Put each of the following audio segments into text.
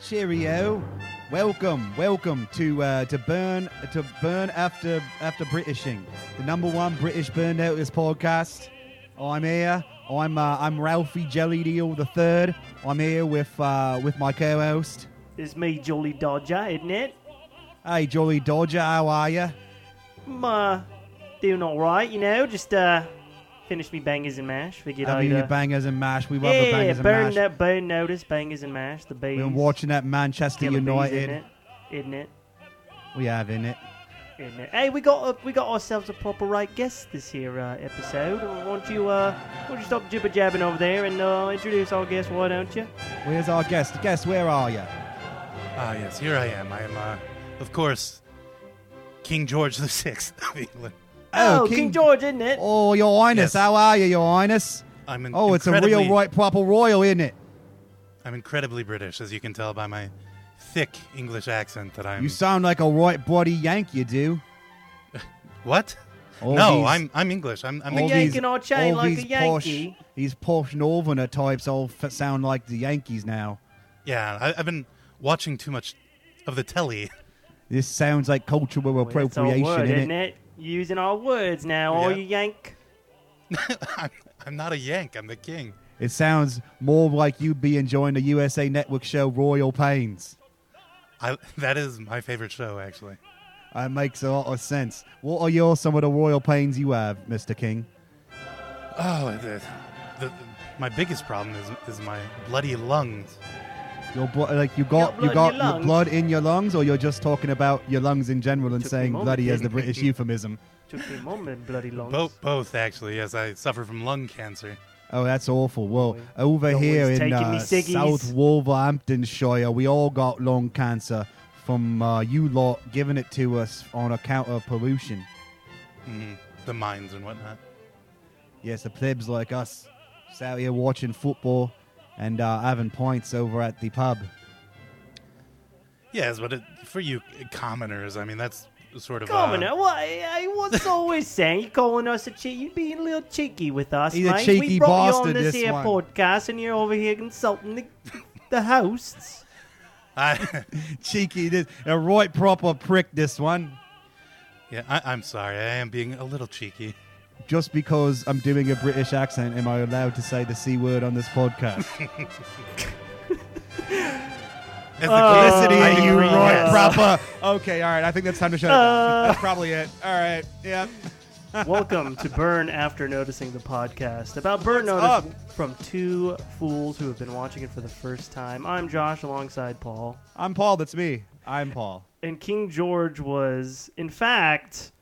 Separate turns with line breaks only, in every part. Cheerio. Welcome, welcome to uh, to burn to burn after after Britishing, the number one British burned out this podcast. I'm here. I'm uh, I'm Ralphie Jelly Deal the third. I'm here with uh, with my co-host.
It's me, Jolly Dodger, isn't it?
Hey, Jolly Dodger, how are you?
I'm uh, doing alright, you know, just uh, finished me bangers and mash. Figured
Having
I'd.
your
Uh,
bangers and mash. We love the
yeah,
bangers
burn,
and mash.
that burn notice, bangers and mash, the bees.
We've been watching that Manchester
killer bees,
United.
isn't it?
We have in it.
Isn't it? Isn't it? Hey, we got a, we got ourselves a proper right guest this here uh, episode. Why don't you uh, why don't you stop jibber jabbing over there and uh, introduce our guest? Why don't you?
Where's our guest? Guest, where are you?
Ah, yes, here I am. I am, uh, of course, King George the Sixth of England.
Oh, King, George, isn't it?
Oh, Your Highness,
Yes.
how are you, Your Highness?
I'm in-
Oh, it's a
incredibly,
real right proper royal, isn't it?
I'm incredibly British, as you can tell by my thick English accent that I'm.
You sound like a right bloody Yank, you do.
what?
All
no,
these-
I'm I'm English. I'm, I'm
all
the-
Yankee in our chain
all
like a
these
Yankee.
Posh, these posh Northerner types all f- sound like the Yankees now.
yeah. I, I've been watching too much of the telly.
This sounds like cultural
That's our
appropriation,
word,
innit?
isn't it? Using our words now, all
Yeah.
you yank.
I'm, I'm not a Yank. I'm the King.
It sounds more like you'd be enjoying the USA Network show Royal Pains.
I, that is my favorite show, actually.
That makes a lot of sense. What are your some of the royal pains you have, Mr. King?
Oh, the, the, my biggest problem is is my bloody lungs.
Your blo- like you got
Your
you
blood
got
in your
your
lungs?
blood in your lungs, or you're just talking about your lungs in general and
Took me a
saying
moment,
bloody as the
didn't it?
British euphemism.
Took me a moment, bloody long.
Both, both actually. Yes, I suffer from lung cancer.
Oh, that's awful. Well,
Boy.
over
Always
here in
taking
uh,
me ciggies.
South Wolverhamptonshire, we all got lung cancer from uh, you lot giving it to us on account of pollution.
Mhm. The mines and whatnot.
Yes, the plebs like us, just out here watching football and uh, having pints over at the pub.
Yes, but it, for you commoners, I mean that's sort of uh,
Commoner, what? I, I was always saying you calling us a cheat. You being a little cheeky with us,
He's a
mate.
cheeky
we brought you on
bastard,
this,
this
here
one.
podcast, and you're over here consulting the, the hosts.
I,
Cheeky, this, a right proper prick, this one.
yeah, I, I'm sorry, I am being a little cheeky.
Just because I'm doing a British accent, am I allowed to say the C word on this podcast?
As the
Oh,
king, I
Felicity, you
agree,
right
yes.
proper. Okay, all right. I think that's time to shut it down.
Uh.
That's probably it. All right. Yeah.
Welcome to Burn After Noticing the podcast about burn notice
up?
from two fools who have been watching it for the first time. I'm Josh alongside Paul.
I'm Paul. That's me. I'm Paul.
and King George was, in fact,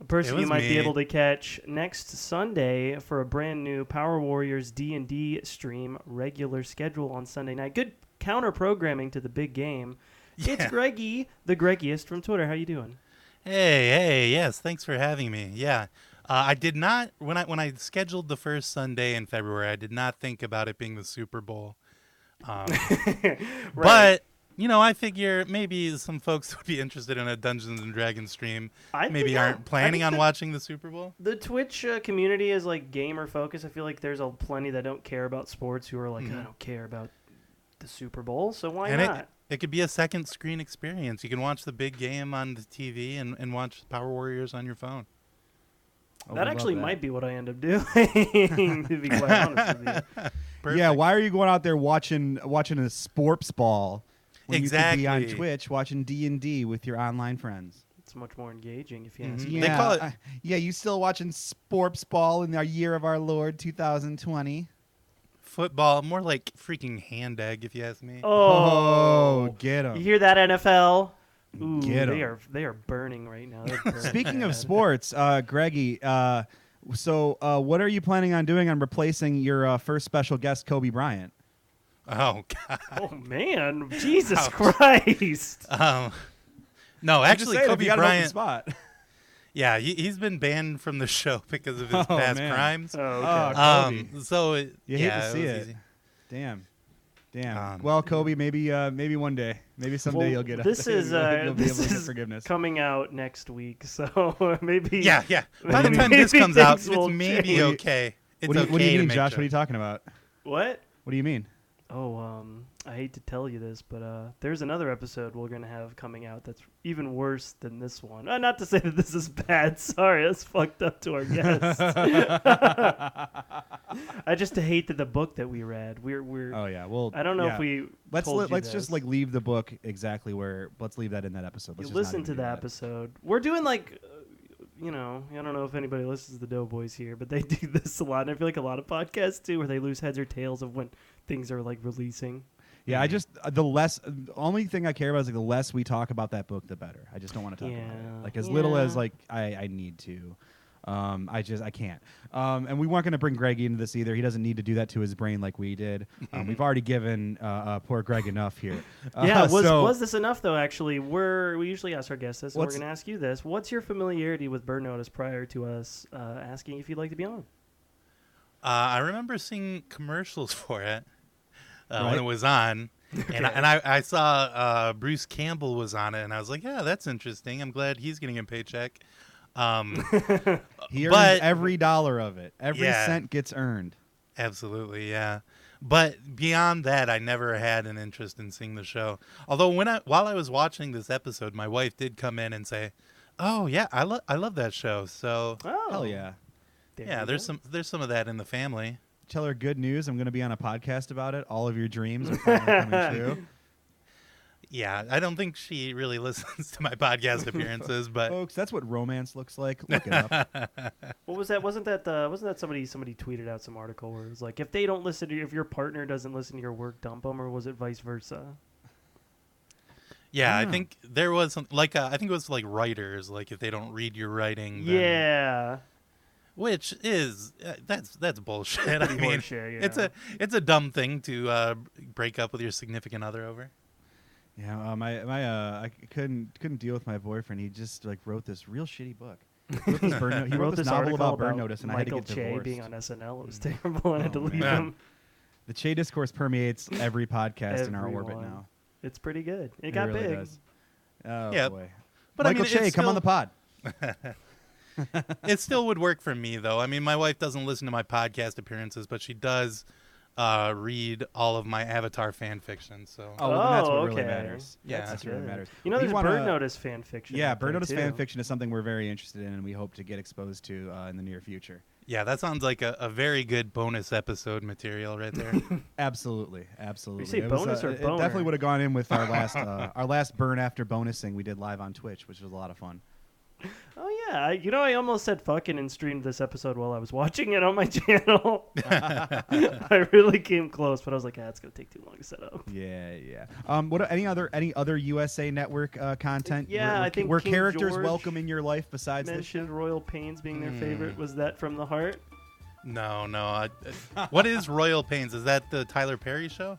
a person
It
you
was
might be
me.
able to catch next Sunday for a brand new Power Warriors D and D stream regular schedule on Sunday night. Good counter programming to the big game. It's
Yeah.
Greggy, the Greggiest from Twitter. How you doing?
Hey, hey, yes, thanks for having me. Yeah, uh, I did not when I when I scheduled the first Sunday in February, I did not think about it being the Super Bowl. Um, But you know, I figure maybe some folks would be interested in a Dungeons and Dragons stream.
I
maybe
think I- I
aren't planning
think
on
that-
watching the Super Bowl.
the Twitch uh, community is like gamer focused. I feel like there's a plenty that don't care about sports who are like, I don't care about the Super Bowl, so why
Hmm. and
not?
It, it could be a second screen experience. You can watch the big game on the TV and, and watch Power Warriors on your phone. Oh,
I would
that
love
actually might be what I end up doing, to be quite honest with you.
Perfect.
Yeah. Why are you going out there watching watching a sports ball when you could be on
Exactly.
Twitch watching D and D with your online friends?
It's much more engaging if you ask
Mhm.
Yeah,
me.
They call it-
I- yeah, you still watching sports ball in our year of our Lord 2020?
Football, more like freaking hand egg, if you ask me.
Oh,
Oh, get
you
him!
hear that NFL? Ooh,
Get 'em.
they are they are burning right now. They're burning
Speaking
bad.
of sports, uh, Greggy, uh, so uh, what are you planning on doing on replacing your uh, first special guest, Kobe Bryant?
Oh, God.
oh man, Jesus
Ouch.
Christ!
Um, no,
I'm just
actually,
saying, if
Kobe
you got an open
Bryant.
spot.
Yeah, he, he's been banned from the show because of his
Oh,
past
man.
crimes.
Oh,
Oh,
okay.
Um,
Kobe.
so it,
You hate
yeah,
to see
was
it.
easy.
Damn. Damn.
Um,
well, Kobe, maybe uh, maybe one day, maybe someday
Well,
you'll get up
this
there.
is
You'll-
uh,
you'll be
this
able to get
is
forgiveness.
coming out next week, so maybe
Yeah, yeah. By the
Maybe
time this comes out,
things
it's
will change.
maybe okay. It's
what do you,
okay
what do
to
you mean,
make
Josh? What are you
jokes.
talking about?
What?
What do you mean?
Oh, um, I hate to tell you this, but uh, there's another episode we're gonna have coming out that's even worse than this one. Uh, not to say that this is bad. Sorry, that's fucked up to our guests. I just hate that the book that we read. We're we're.
Oh yeah. Well,
I don't know
yeah.
if we.
Let's
told
let,
you
let's just
this.
like leave the book exactly where. Let's leave that in that episode.
you
Let's just not
listen
even
to
do
that episode. We're doing like, uh, you know, I don't know if anybody listens to Doughboys here, but they do this a lot. And I feel like a lot of podcasts do, where they lose heads or tails of when things are like releasing.
Yeah,
Mm-hmm.
I just uh, the less the only thing I care about is like the less we talk about that book, the better. I just don't want to talk about
Yeah.
it. Like as little as
Yeah.
like I, I need to. Um, I just I can't. Um, and we weren't going to bring Greg into this either. He doesn't need to do that to his brain like we did. Um, we've already given uh, uh, poor Greg enough here. Uh,
Mm-hmm. yeah, was
so-
was this enough though? Actually, we're we usually ask our guests this, and we're
What's-
going to ask you this. What's your familiarity with Burn Notice prior to us uh, asking if you'd like to be on?
Uh, I remember seeing commercials for it uh,
Right.
when it was on, and, I, and I, I saw uh, Bruce Campbell was on it, and I was like, "Yeah, that's interesting. I'm glad he's getting a paycheck." Um,
he earns
but-
every dollar of it. Every
Yeah.
cent gets earned.
absolutely, yeah. But beyond that, I never had an interest in seeing the show. Although when I while I was watching this episode, my wife did come in and say, "Oh yeah, I love I love that show." So
Oh,
Hell yeah.
there
yeah,
you
there's
go.
some there's some of that in the family.
Tell her good news. I'm going to be on a podcast about it. All of your dreams are finally coming true.
Yeah, I don't think she really listens to my podcast appearances, but
Folks, that's what romance looks like. Look it up.
What was that? Wasn't that the? Wasn't that somebody? Somebody tweeted out some article where it was like, if they don't listen to, if your partner doesn't listen to your work, dump them, or was it vice versa?
Yeah, I
Ah.
think there was some, like uh, I think it was like writers like if they don't read your writing. Mm, Then,
Yeah.
which is uh, that's that's bullshit. I
Pretty
mean,
horseshit, you
it's
know.
a it's a dumb thing to uh, break up with your significant other over.
Yeah, uh, my my uh, I c- couldn't couldn't deal with my boyfriend. He just like wrote this real shitty book. He wrote this, burn no- he wrote this novel
article
about burn notice, and I had to
Michael
get divorced.
Che being on SNL. It was terrible. I had to
Oh,
leave
man.
him.
the Che discourse permeates every podcast in our orbit
Everyone.
now.
It's pretty good. It
It
got
really
big.
does. Oh
Yeah,
boy,
But
Michael
I mean,
Che,
it
come
still,
on the pod.
it still would work for me though. I mean, my wife doesn't listen to my podcast appearances, but she does uh, read all of my Avatar fan fiction. So
Oh, well, then that's what
Oh,
really
okay.
matters.
Yeah.
that's, what
Good.
really matters.
You know,
We
there's
wanna-
Bird Notice fan fiction.
Yeah,
out there,
burn notice
too.
fan fiction is something we're very interested in, and we hope to get exposed to uh, in the near future.
yeah, that sounds like a, a very good bonus episode material right there.
Absolutely, absolutely.
say
It was,
bonus
uh,
or
it- It
boner?
definitely would have gone in with our last uh, our last burn after bonusing we did live on Twitch, which was a lot of fun.
Oh yeah, I, you know I almost said fucking and streamed this episode while I was watching it on my channel. I really came close, but I was like, ah, it's gonna take too long to set up.
Yeah, yeah. Um, what any other any other USA Network uh, content?
Yeah,
where, where,
I think
where
King
characters
George
welcome in your life besides this.
Mentioned Royal Pains being
Hmm.
their favorite. Was that from the heart?
no, no. I, what is Royal Pains? Is that the Tyler Perry show?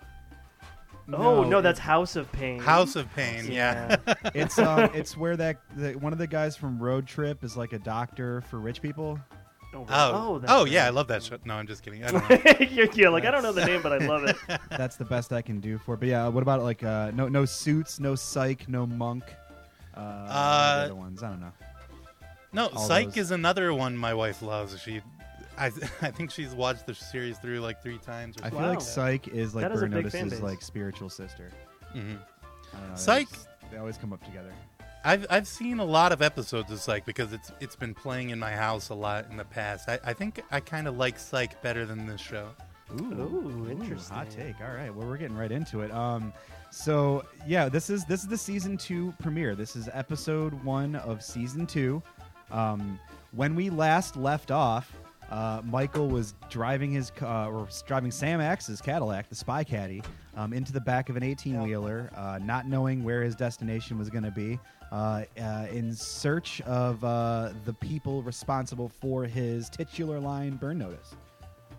oh no, that's House of Pain.
House of Pain, yeah.
it's um, it's where that the, one of the guys from Road Trip is like a doctor for rich people.
oh, really?
Oh, oh,
that's
yeah, I
right.
love that show. No, I'm just kidding. I don't know.
yeah, yeah, like I don't know the name, but I love it.
That's the best I can do for. it. But yeah, what about like uh, no no suits, no psych, no monk. Uh, what are the
Uh,
other ones I don't know.
no,
All
Psych
those.
is another one my wife loves. She, I, I think she's watched the series through like three times. Or
I
something.
feel
Wow.
like Psych is like
That is a
Burn
big fan
Notice's
base.
like spiritual sister.
Mhm.
I don't know, they
Psych-
just- they always come up together.
I've I've seen a lot of episodes of Psych because it's it's been playing in my house a lot in the past. I, I think I kind of like Psych better than this show.
Ooh, interesting.
hot take. All right. Well, we're getting right into it. Um, so yeah, this is this is the season two premiere. This is episode one of season two. Um, when we last left off, uh, Michael was driving his ca- uh, or s- driving Sam Axe's Cadillac, the Spy Caddy, um, into the back of an eighteen wheeler, uh, not knowing where his destination was going to be, uh, uh, in search of uh, the people responsible for his titular line burn notice.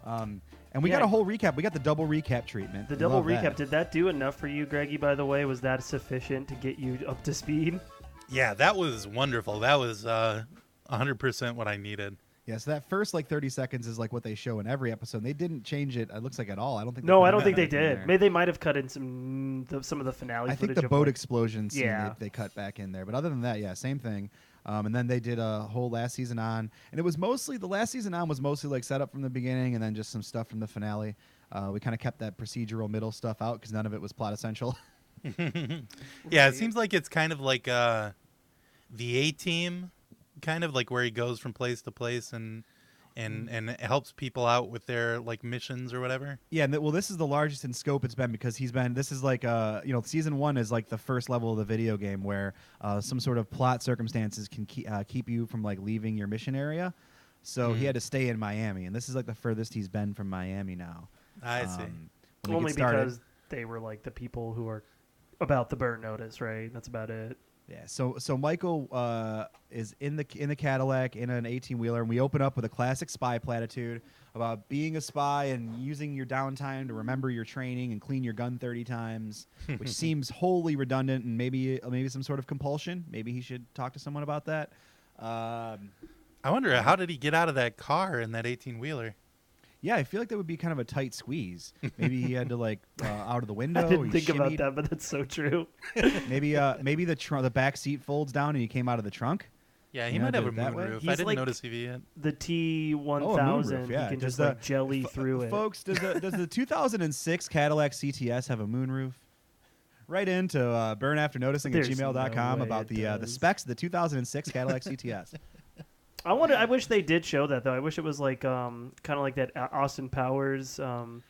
Um, and we
Yeah.
got a whole recap. We got the double recap treatment.
The
I
double
love
recap.
that.
Did that do enough for you, Greggy? By the way, was that sufficient to get you up to speed?
Yeah, that was wonderful. That was uh, 100% what I needed.
Yeah, so that first like 30 seconds is like what they show in every episode. They didn't change it. It looks like at all. I don't think.
No,
put
I don't think they
anything in
did.
there.
Maybe they might have cut in some the, some of the finale.
I think
footage
the
of,
boat
like-
explosion scene
Yeah.
they, they cut back in there. But other than that, yeah, same thing. Um, and then they did a whole last season on, and it was mostly the last season on was mostly like set up from the beginning, and then just some stuff from the finale. Uh, we kind of kept that procedural middle stuff out because none of it was plot essential.
Yeah,
Right.
it seems like it's kind of like uh, the A team, kind of like where he goes from place to place and and and helps people out with their like missions or whatever.
Yeah, and th- well, this is the largest in scope it's been because he's been. This is like uh, you know, season one is like the first level of the video game where uh, some sort of plot circumstances can keep uh, keep you from like leaving your mission area. So he
Mm-hmm.
Mhm.
had to stay in Miami, and this is like the furthest he's been from Miami now.
I see.
Um, when we get
Only
started-
because they were like the people who are about the burn notice, right? That's about it.
Yeah, so so Michael uh, is in the in the Cadillac in an eighteen wheeler, and we open up with a classic spy platitude about being a spy and using your downtime to remember your training and clean your gun thirty times, which seems wholly redundant and maybe uh, maybe some sort of compulsion. Maybe he should talk to someone about that. Um,
I wonder how did he get out of that car in that eighteen wheeler?
yeah, I feel like that would be kind of a tight squeeze. Maybe he had to like uh, out of the window.
I
he
didn't think about
shimmied.
that, but that's so true.
Maybe uh, maybe the tr- the back seat folds down and he came out of the trunk.
Yeah, he
Yeah,
might have
did
a
it that way?
moonroof. I
He's
didn't
like-
notice he had.
The T one
Oh, a moonroof,
thousand,
yeah.
you can
Does
just like
the-
jelly
F-
through it.
Folks, does the does the 2006 Cadillac CTS have a moonroof? Right into uh, burnafternotizing at
There's
gmail.com
no way
about
it
the uh, the
does.
specs of the 2006 Cadillac CTS.
I wonder. I wish they did show that though. I wish it was like um, kind of like that Au- Austin Powers. Um,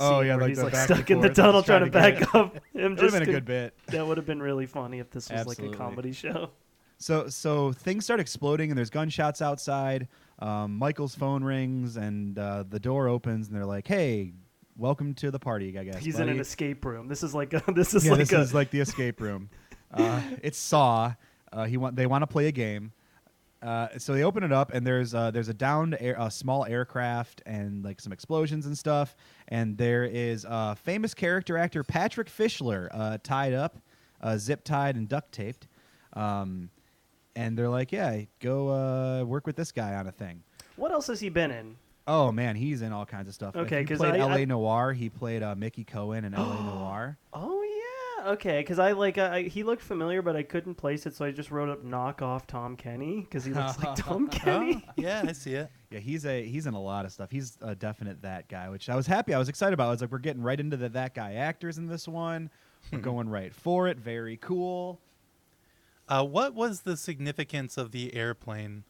Oh,
scene
yeah,
where
like
he's
the
like
back and
stuck in
forth
the
and
tunnel
he's trying
trying to
to get
back up. Him
It would have
just
been a
con-
good bit.
That would have been really funny if this was
Absolutely.
like a comedy show.
So so things start exploding and there's gunshots outside. Um, Michael's phone rings and uh, the door opens and they're like, "Hey, welcome to the party." I guess
He's in
buddy."
an escape room. This is like a, this is
yeah,
like
this
a
is like the escape room. Uh, it's Saw. Uh, he want they want to play a game. Uh, so they open it up, and there's uh, there's a downed air, a small aircraft, and like some explosions and stuff. And there is uh, famous character actor Patrick Fischler uh, tied up, uh, zip tied and duct taped. Um, and they're like, "Yeah, go uh, work with this guy on a thing."
what else has he been in?
Oh man, he's in all kinds of stuff. If
Okay,
he
'cause
played
I-
L.A.
I-
Noir. He played uh, Mickey Cohen in L.A. Noir.
Oh yeah, okay. Because I like I, I- he looked familiar, but I couldn't place it, so I just wrote up knock off Tom Kenny because he looks like Tom
Oh,
Kenny.
yeah, I see it.
Yeah, he's a he's in a lot of stuff. He's a definite that guy, which I was happy. I was excited about. I was like, we're getting right into the that guy actors in this one. We're going right for it. Very cool.
Uh, what was the significance of the airplane?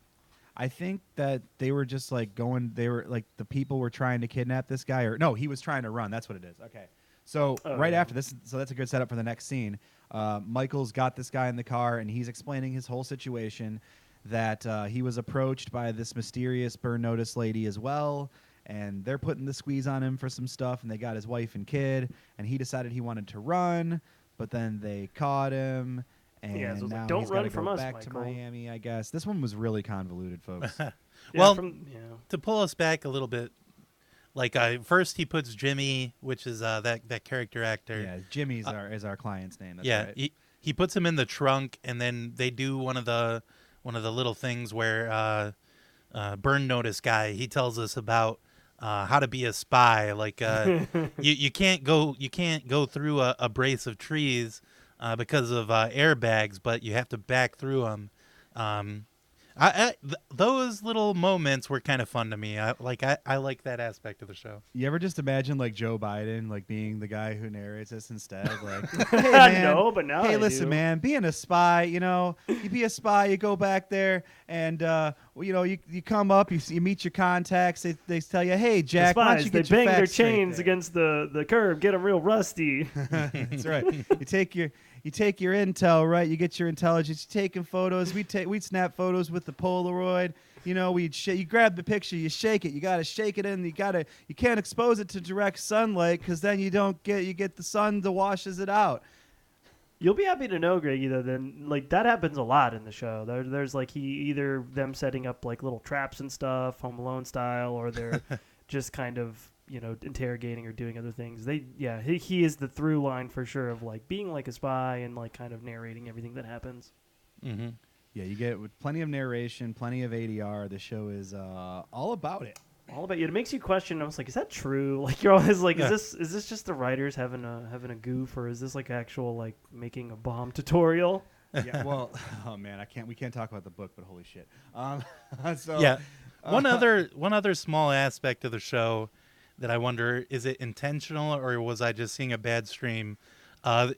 I think that they were just like going. They were like the people were trying to kidnap this guy, or no, he was trying to run. That's what it is. Okay, so
Oh,
right
yeah.
after this, so that's a good setup for the next scene. Uh, Michael's got this guy in the car, and he's explaining his whole situation. That uh, he was approached by this mysterious burn notice lady as well, and they're putting the squeeze on him for some stuff, and they got his wife and kid, and he decided he wanted to run, but then they caught him. And
Yeah, so it's like,
now
"Don't
he's gotta
run from
go
us,
back to
Michael."
Miami, I guess. This one was really convoluted, folks.
Yeah,
Well-
from, yeah.
to pull us back a little bit, like uh, first he puts Jimmy, which is uh, that that character actor.
Yeah, Jimmy's our is our client's name. That's
yeah.
right.
He, he puts him in the trunk, and then they do one of the one of the little things where uh, uh, burn notice guy he tells us about uh, how to be a spy. Like uh, you you can't go you can't go through a, a brace of trees uh, because of uh, airbags, but you have to back through them. Um, I, I th- those little moments were kind of fun to me. I like I, I like that aspect of the show.
you ever just imagine like Joe Biden like being the guy who narrates this instead? Like, hey man,
No, but now
hey,
I
listen,
do.
man, being a spy, you know, you be a spy, you go back there, and uh, well, you know, you, you come up, you, s- you meet your contacts, they, they tell you, hey
The
Jack, why don't
spies
you
they
get your
bang their
facts straight
chains
there?"
against the the curb, get them real rusty.
That's right. You take your you take your intel, right? You get your intelligence. You're taking photos. We take we'd snap photos with the Polaroid. You know, we'd sh- you grab the picture, you shake it. You gotta shake it in. You gotta you can't expose it to direct sunlight because then you don't get you get the sun that washes it out.
You'll be happy to know, Greggy, though. Then, like that happens a lot in the show. There, there's like he either them setting up like little traps and stuff, Home Alone style, or they're just kind of you know interrogating or doing other things. They, yeah, he, he is the through line for sure of like being like a spy and like kind of narrating everything that happens.
Mm-hmm.
Yeah, you get with plenty of narration, plenty of ADR. The show is uh, all about it.
All about you. It makes you question. I was like, is that true? Like you're always like,
Yeah.
is this is this just the writers having a having a goof, or is this like actual like making a bomb tutorial?
yeah. Well, oh man, I can't. We can't talk about the book, but holy shit. Um, so
yeah. One
uh,
other one other small aspect of the show that I wonder is it intentional or was I just seeing a bad stream? Uh,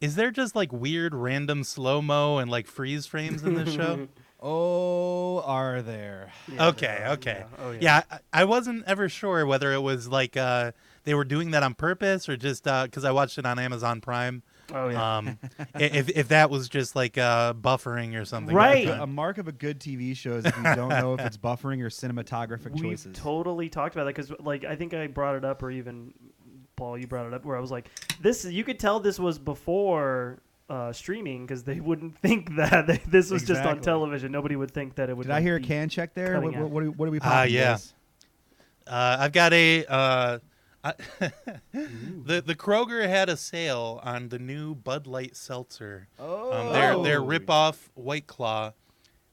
is there just like weird random slow mo and like freeze frames in this show?
Oh, are there?
Yeah,
okay,
yeah,
okay.
yeah. Oh, yeah.
I, I wasn't ever sure whether it was like uh, they were doing that on purpose or just because I watched it on Amazon Prime.
Oh yeah.
Um, i- if if that was just like uh, buffering or something. at
Right.
the
A
time.
mark of a good TV show is if you don't know if it's buffering or cinematographic
We've
choices.
totally talked about that because, like, I think I brought it up, or even Paul, you brought it up, where I was like, "This, you could tell this was before uh, streaming because they wouldn't think that they, this was just on
Exactly.
television. Nobody would think that it would."
Did I hear a
be-
can check there?
cutting
What, what,
out.
what, are, what are we
Ah,
popping?
yeah.
boys?
Uh, I've got a. Uh, I, the the Kroger had a sale on the new Bud Light seltzer.
Oh,
Um, their their ripoff White Claw.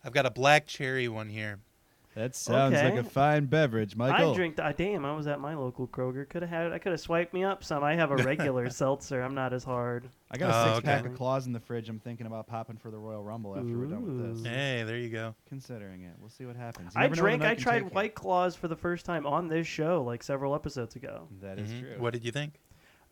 I've got a black cherry one here.
That sounds
Okay.
like a fine beverage, Michael.
I drink. I damn, I was at my local Kroger. Could have had. I could have swiped me up some. I have a regular seltzer. I'm not as hard.
I got a
Oh,
six pack
okay.
of claws in the fridge. I'm thinking about popping for the Royal Rumble after we're done with this.
Ooh.
Hey, there you go.
Considering it, we'll see what happens. You
I
never know when
drank.
the night
I
can
tried
take you.
White Claws for the first time on this show, like several episodes ago.
That is
Mhm.
true.
What did you think?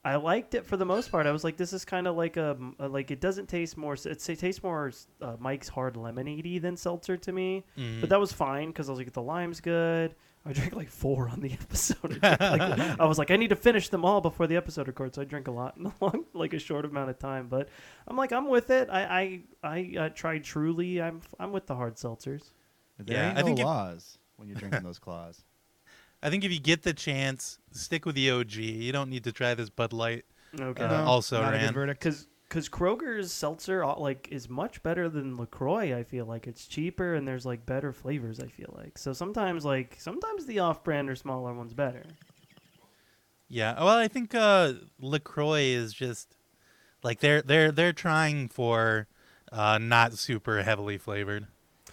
I liked it for the most part. I was like, this is kind of like a like it doesn't taste more. It, it tastes more uh, Mike's Hard Lemonadey than seltzer to me.
Hmm. Mm-hmm.
But that was fine because I was like, the lime's good. I drank like four on the episode. I, drank, like, I was like, I need to finish them all before the episode records. So I drink a lot in a long, like a short amount of time. But I'm like, I'm with it. I I, I uh, tried Truly. I'm I'm with the hard seltzers.
There
Yeah,
ain't
I
no
think it-
laws when you're drinking those claws.
I think if you get the chance, stick with the OG. You don't need to try this Bud Light.
Okay.
Uh, also
not a
ran.
good verdict.
Cause, Cause Kroger's seltzer uh, like is much better than Lacroix. I feel like it's cheaper and there's like better flavors. I feel like so sometimes like sometimes the off-brand or smaller one's better.
Yeah. Well, I think uh, Lacroix is just like they're they're they're trying for uh, not super heavily flavored.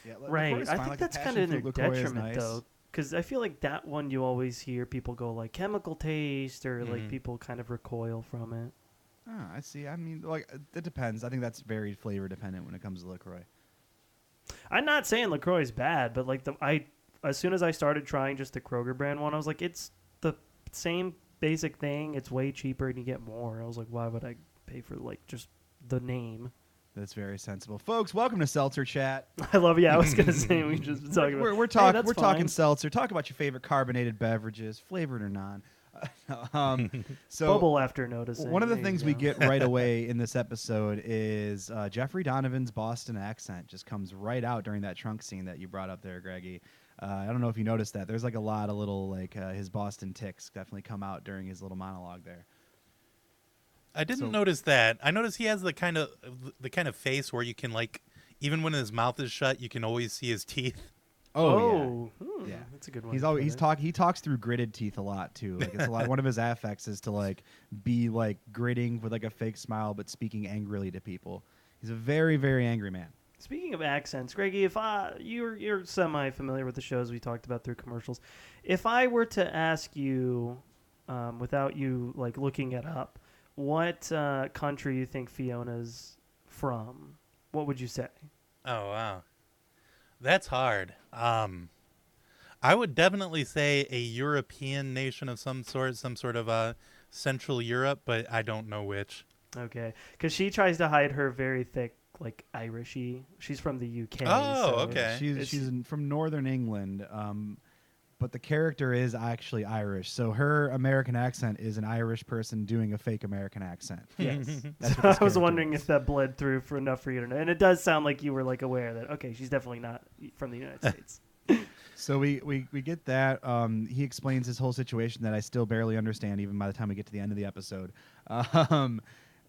Yeah, La-
Right.
LaCroix is
I
fine,
think
like a
that's
passion
kind of in their
fruit LaCroix is
detriment
nice.
though, because I feel like that one you always hear people go like chemical taste or
Mhm.
like people kind of recoil from it.
Ah, I see. I mean, like uh, it depends. I think that's very flavor dependent when it comes to Lacroix.
I'm not saying Lacroix is bad, but like the I as soon as I started trying just the Kroger brand one, I was like, it's the same basic thing. It's way cheaper and you get more. I was like, why would I pay for like just the name?
That's very sensible, folks. Welcome to Seltzer Chat.
I love. Yeah, I was gonna say we just been talking.
We're,
about,
we're
Hey,
talking.
that's
we're
fine.
talking seltzer. Talk about your favorite carbonated beverages, flavored or non. um, so
bubble after noticing.
One of the
There you
things we
go.
get right away in this episode is uh, Jeffrey Donovan's Boston accent just comes right out during that trunk scene that you brought up there, Greggy. Uh, I don't know if you noticed that. There's like a lot of little like uh, his Boston ticks definitely come out during his little monologue there.
I didn't
So-
notice that. I noticed he has the kind of the kind of face where you can like even when his mouth is shut, you can always see his teeth.
Oh, hmm,
Yeah.
that's a good one.
He's always he's
talking.
talk he talks through gritted teeth a lot too. Like it's a lot. One of his affects is to like be like gritting with like a fake smile, but speaking angrily to people. He's a very very angry man.
Speaking of accents, Greggy, if I you're you're semi familiar with the shows we talked about through commercials, if I were to ask you, um, without you like looking it up, what uh, country you think Fiona's from, what would you say?
Oh wow, that's hard. Um, I would definitely say a European nation of some sort, some sort of uh, Central Europe, but I don't know which.
Okay, because she tries to hide her very thick like Irishy. She's from the UK.
Oh,
so-
okay.
She's
It's-
she's in, from Northern England, um, but the character is actually Irish. So her American accent is an Irish person doing a fake American accent.
Yes.
That's
So
what this
I was
character
wondering
is.
if that bled through for enough for you to know. And it does sound like you were like aware that okay, she's definitely not from the United States.
So we, we, we get that. Um, he explains his whole situation that I still barely understand, even by the time we get to the end of the episode. Um,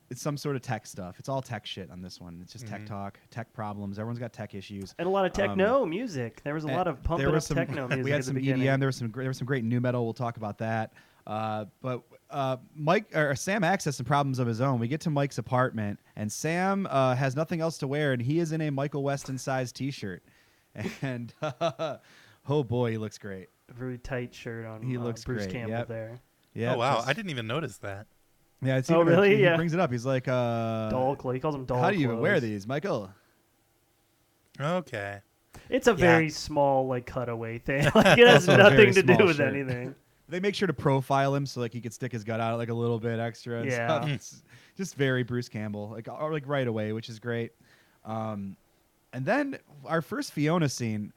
it's some sort of tech stuff. It's all tech shit on this one. It's just tech
Mhm.
talk, tech problems. Everyone's got tech issues.
and a lot of
Um,
techno music. There was a lot
Uh,
of pumping
there
up
was some,
techno music.
We had
at the
some
beginning.
EDM. There was some gr- there was some great new metal. We'll talk about that. Uh, but uh, Mike or Sam Axe has some problems of his own. We get to Mike's apartment, and Sam uh, has nothing else to wear, and he is in a Michael Weston sized T-shirt, and oh boy, he looks great.
very tight shirt on.
He
uh,
looks
Bruce
great,
Campbell
yep.
there.
Yeah.
oh wow,
just-
I didn't even notice that.
Yeah, it's
Oh,
even a-
really?
He
Yeah.
brings it up. He's like, uh,
doll clothes. He calls them doll.
how do you even wear
clothes.
these, Michael?
Okay.
It's a
Yeah.
very small like cutaway thing. Like, it has
Also a very
nothing to do
small
with
shirt.
anything.
They make sure to profile him so like he could stick his gut out like a little bit extra. And
Yeah.
Hmm.
stuff. It's just very Bruce Campbell, like or, like right away, which is great. Um, and then our first Fiona scene,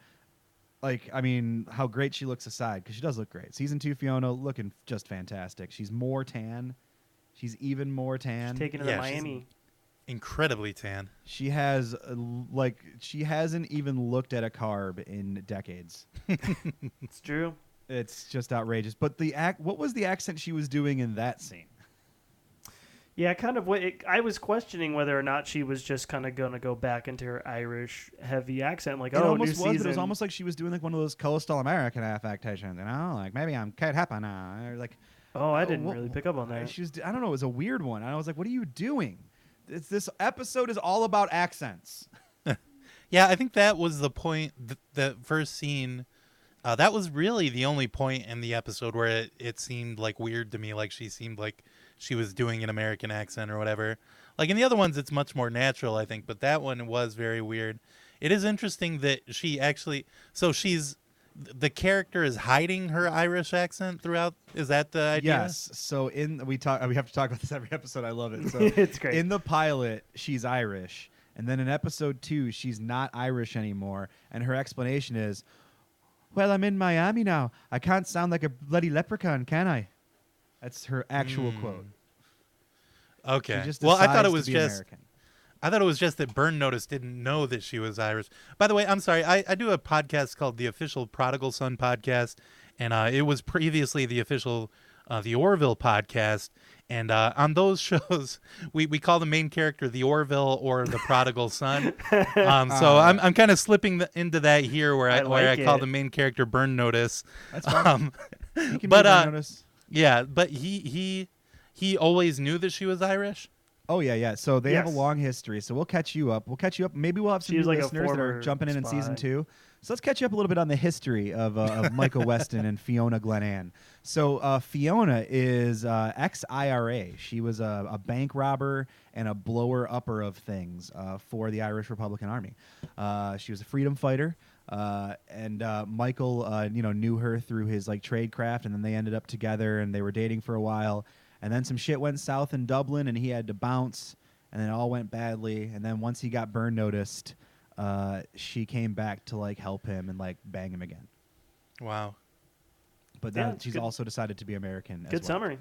like I mean, how great she looks aside because she does look great. Season two Fiona looking just fantastic. She's more tan. She's even more tan.
She's taking her
Yeah,
to
she's-
Miami.
Incredibly tan.
she has uh, l- like she hasn't even looked at a carb in decades.
It's true.
It's just outrageous. But the act, what was the accent she was doing in that scene?
Yeah, kind of. What it, I was questioning whether or not she was just kind of gonna go back into her Irish heavy accent, like
It
oh,
almost
new
was,
season.
but it was almost like she was doing like one of those coastal American affectations, you know? Like maybe I'm Kate Hepburn now. or, Like
oh, I didn't
Wha-
really pick up on that.
she was, I don't know, it was a weird one. And I was like, what are you doing? It's, this episode is all about accents.
Yeah, I think that was the point. Th- the first scene, uh, that was really the only point in the episode where it, it seemed like weird to me. Like she seemed like she was doing an American accent or whatever. Like in the other ones, it's much more natural, I think, but that one was very weird. It is interesting that she actually. So she's. th- The character is hiding her Irish accent throughout. Is that the idea?
Yes. So in we talk, we have to talk about this every episode. I love it. So
It's great.
In the pilot, she's Irish, and then in episode two, she's not Irish anymore, and her explanation is, "Well, I'm in Miami now. I can't sound like a bloody leprechaun, can I?" That's her actual
Mm.
quote.
Okay.
She just
well, I thought
decides
it
to
was
be
just.
American.
I thought it was just that Burn Notice didn't know that she was Irish. By the way, I'm sorry. I, I do a podcast called the Official Prodigal Son Podcast, and uh, it was previously the official uh, the Orville podcast. And uh, on those shows, we, we call the main character the Orville or the Prodigal Son. Um, so I'm, I'm kind of slipping the, into that here, where
Ah.
I,
I
where
like
I call
it.
the main character Burn Notice.
That's fine.
Um,
You can
but,
read my
uh,
notice.
yeah, but he he he always knew that she was Irish.
Oh yeah, yeah. So they have a
Yes.
long history. So we'll catch you up. We'll catch you up. Maybe we'll have some
She was
new
like a
listeners that are
former
jumping in in season
spy.
two. So let's catch you up a little bit on the history of, uh, of Michael Weston and Fiona Glenann. So uh, Fiona is uh, ex-IRA. She was a, a bank robber and a blower upper of things uh, for the Irish Republican Army. Uh, she was a freedom fighter. Uh, and uh, Michael, uh, you know, knew her through his like trade craft, and then they ended up together, and they were dating for a while. And then some shit went south in Dublin, and he had to bounce, and then it all went badly. And then once he got burn noticed, uh, she came back to like help him and like bang him again.
Wow.
But
Yeah,
then
it's
she's
good-
also decided to be American. as
Good
well.
summary.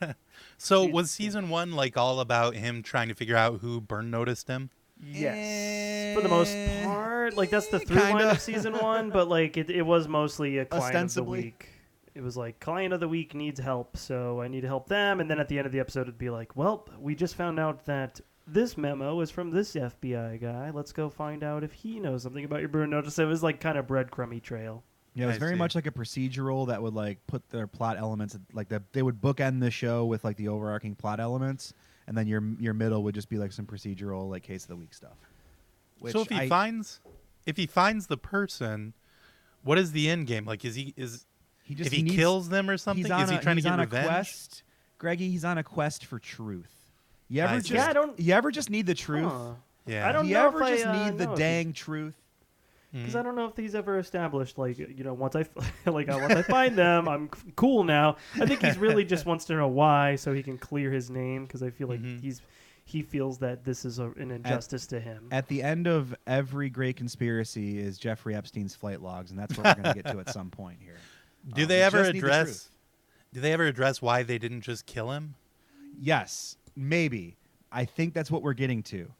So
She's-
was season one like all about him trying to figure out who Burn noticed him?
Yes, for the most
Eh,
part, like that's the through line
kinda.
of season one. But like it, it was mostly a client
Ostensibly.
of the week. It was like client of the week needs help, so I need to help them. And then at the end of the episode, it'd be like, well, we just found out that this memo is from this FBI guy. Let's go find out if he knows something about your burn notice. It was like kind of breadcrummy trail.
Yeah, it was
I
very
see.
much like a procedural that would like put their plot elements like that. They would bookend the show with like the overarching plot elements, and then your your middle would just be like some procedural like case of the week stuff.
so if he
I-
finds, if he finds the person, what is the end game? Like, is he is
he just
if he,
needs-
kills them or something?
He's on
Is he
a-
trying to
he's
get
on a
revenge?
quest, Greggy. He's on a quest for truth. You ever
I
just
see. Yeah,
I don't-
you ever just need the truth?
Huh.
Yeah,
I don't
you
know
ever
if I,
just
uh,
need the
know if
dang truth?
Mm.
Because I don't know if he's ever established, like you know, once I f- like I- once I find them, I'm c- cool now. I think he's really just wants to know why, so he can clear his name. Because I feel like
Mhm.
he's he feels that this is a, an injustice to him.
At the end of every great conspiracy is Jeffrey Epstein's flight logs, and that's what we're going to get to at some point here.
Do
Um,
they
we
ever
just need the
address?
truth.
do they ever address why they didn't just kill him?
Yes, maybe. I think that's what we're getting to.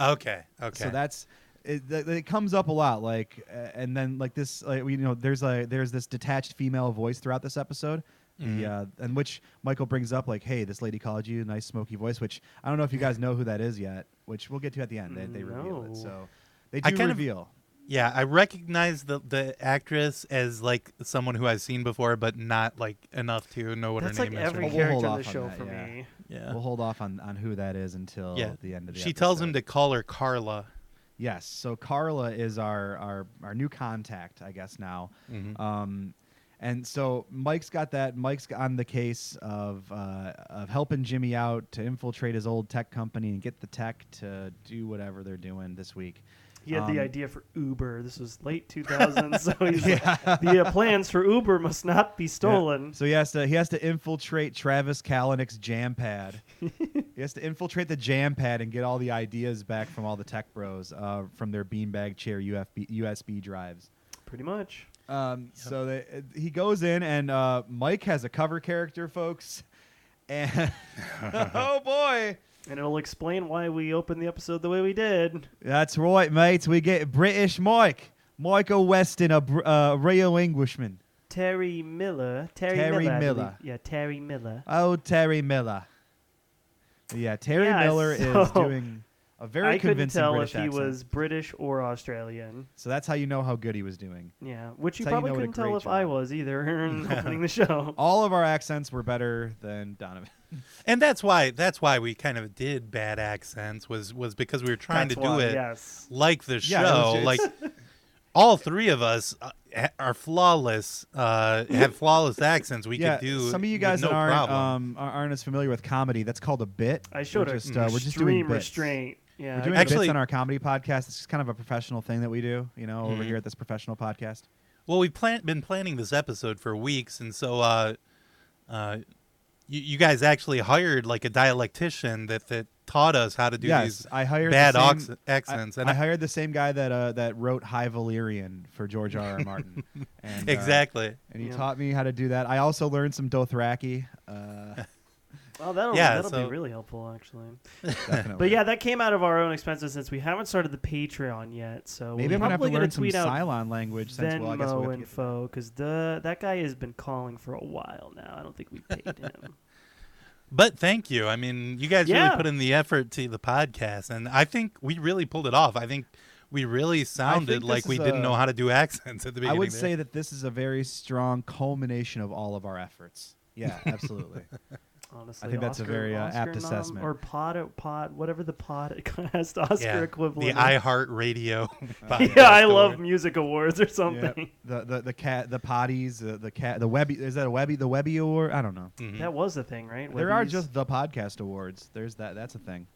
Okay, okay.
So that's it, th- it comes up a lot like uh, and then like this like, you know there's a there's this detached female voice throughout this episode.
Mhm.
The, uh, and which Michael brings up like hey this lady called you nice smoky voice which I don't know if you guys know who that is yet which we'll get to at the end they, they reveal
No.
it so they
I
do
kind of-
reveal
yeah, I recognize the the actress as like someone who I've seen before, but not like enough to know what
That's
her
like
name
every
We'll
is.
hold
character in the
off on
show
that,
for
yeah.
me.
yeah,
we'll hold off on on who that is until
yeah.
the end of the
she tells him
episode.
to call her Carla.
yes so Carla is our our our new contact I guess now
Mhm.
Um, And so Mike's got that. Mike's on the case of uh, of helping Jimmy out to infiltrate his old tech company and get the tech to do whatever they're doing this week.
He had
Um,
the idea for Uber. This was late 2000s, so he's like, the uh, plans for Uber must not be stolen.
So he has to he has to infiltrate Travis Kalanick's jam pad. he has to infiltrate the jam pad and get all the ideas back from all the tech bros uh, from their beanbag chair UFB, USB drives.
Pretty much.
Um, So they, uh, he goes in, and uh, Mike has a cover character, folks. And oh boy,
And it'll explain why we opened the episode the way we did.
that's right, mates. We get British Mike, Michael Weston, a Br- uh, real Englishman.
Terry Miller. Terry,
Terry
Miller. I believe.
Miller.
Yeah, Terry Miller.
Oh, Terry Miller. Yeah, Terry
Yeah,
Miller is
so-
doing a very
I couldn't
convincing
tell
British
if he
accent.
was British or Australian.
So that's how you know how good he was doing.
Yeah, which you
That's how you
probably
know what a
couldn't tell
great
if I
job.
was either in opening the show.
All of our accents were better than Donovan.
and that's why that's why we kind of did bad accents was was because we were trying
That's
to do
why,
it
Yes.
like the
Yeah, it was
show
ju-
like all three of us uh, ha- are flawless uh have flawless accents we
yeah,
could do
some of you
with
guys
no
that aren't
problem.
um, ar- aren't as familiar with comedy. That's called a bit.
I showed
we're
her
just, uh, we're just doing
extreme
bits.
restraint. Yeah.
We're doing
I-
Actually-
bits on our comedy podcast. It's just kind of a professional thing that we do, you know, over
Mhm.
here at this professional podcast.
Well, we've plan- been planning this episode for weeks, and so uh, uh, you, you guys actually hired like a dialectician that that taught us how to do
yes,
these
I hired the
bad
same-
ox- accents.
I,
and
I
I-
hired the same guy that uh, that wrote High Valyrian for George R. R. Martin. and, uh,
exactly.
and he
Yeah.
taught me how to do that. I also learned some Dothraki. Uh,
Oh, that'll,
Yeah,
that'll
so-
be really helpful, actually.
Oh, definitely.
But yeah, that came out of our own expenses since we haven't started the Patreon yet. So
Maybe
we're
I'm gonna have to
probably
learn some
tweet out
Cylon language since well, I guess we'll have
Venmo
to get-
info because the that guy has been calling for a while now. I don't think we paid him.
But thank you. I mean, you guys
Yeah.
really put in the effort to the podcast, and I think we really pulled it off. I think we really sounded
this
like we
is
didn't
a-
know how to do accents at
I
the beginning.
would
there.
say that this is a very strong culmination of all of our efforts. Yeah, absolutely.
Honestly,
think that's a
Oscar-
very, uh,
Oscar
apt
nom-
assessment.
Or pod, pod, whatever the pod has to Oscar
yeah,
equivalent.
the
is.
iHeart Radio.
yeah, I love music awards or something.
Yeah, the the the cat the potties the the cat the webby is that a webby the webby award I don't know.
Mm-hmm.
That was the thing, right?
There are
Webby's-
just the podcast awards. There's that that's a thing.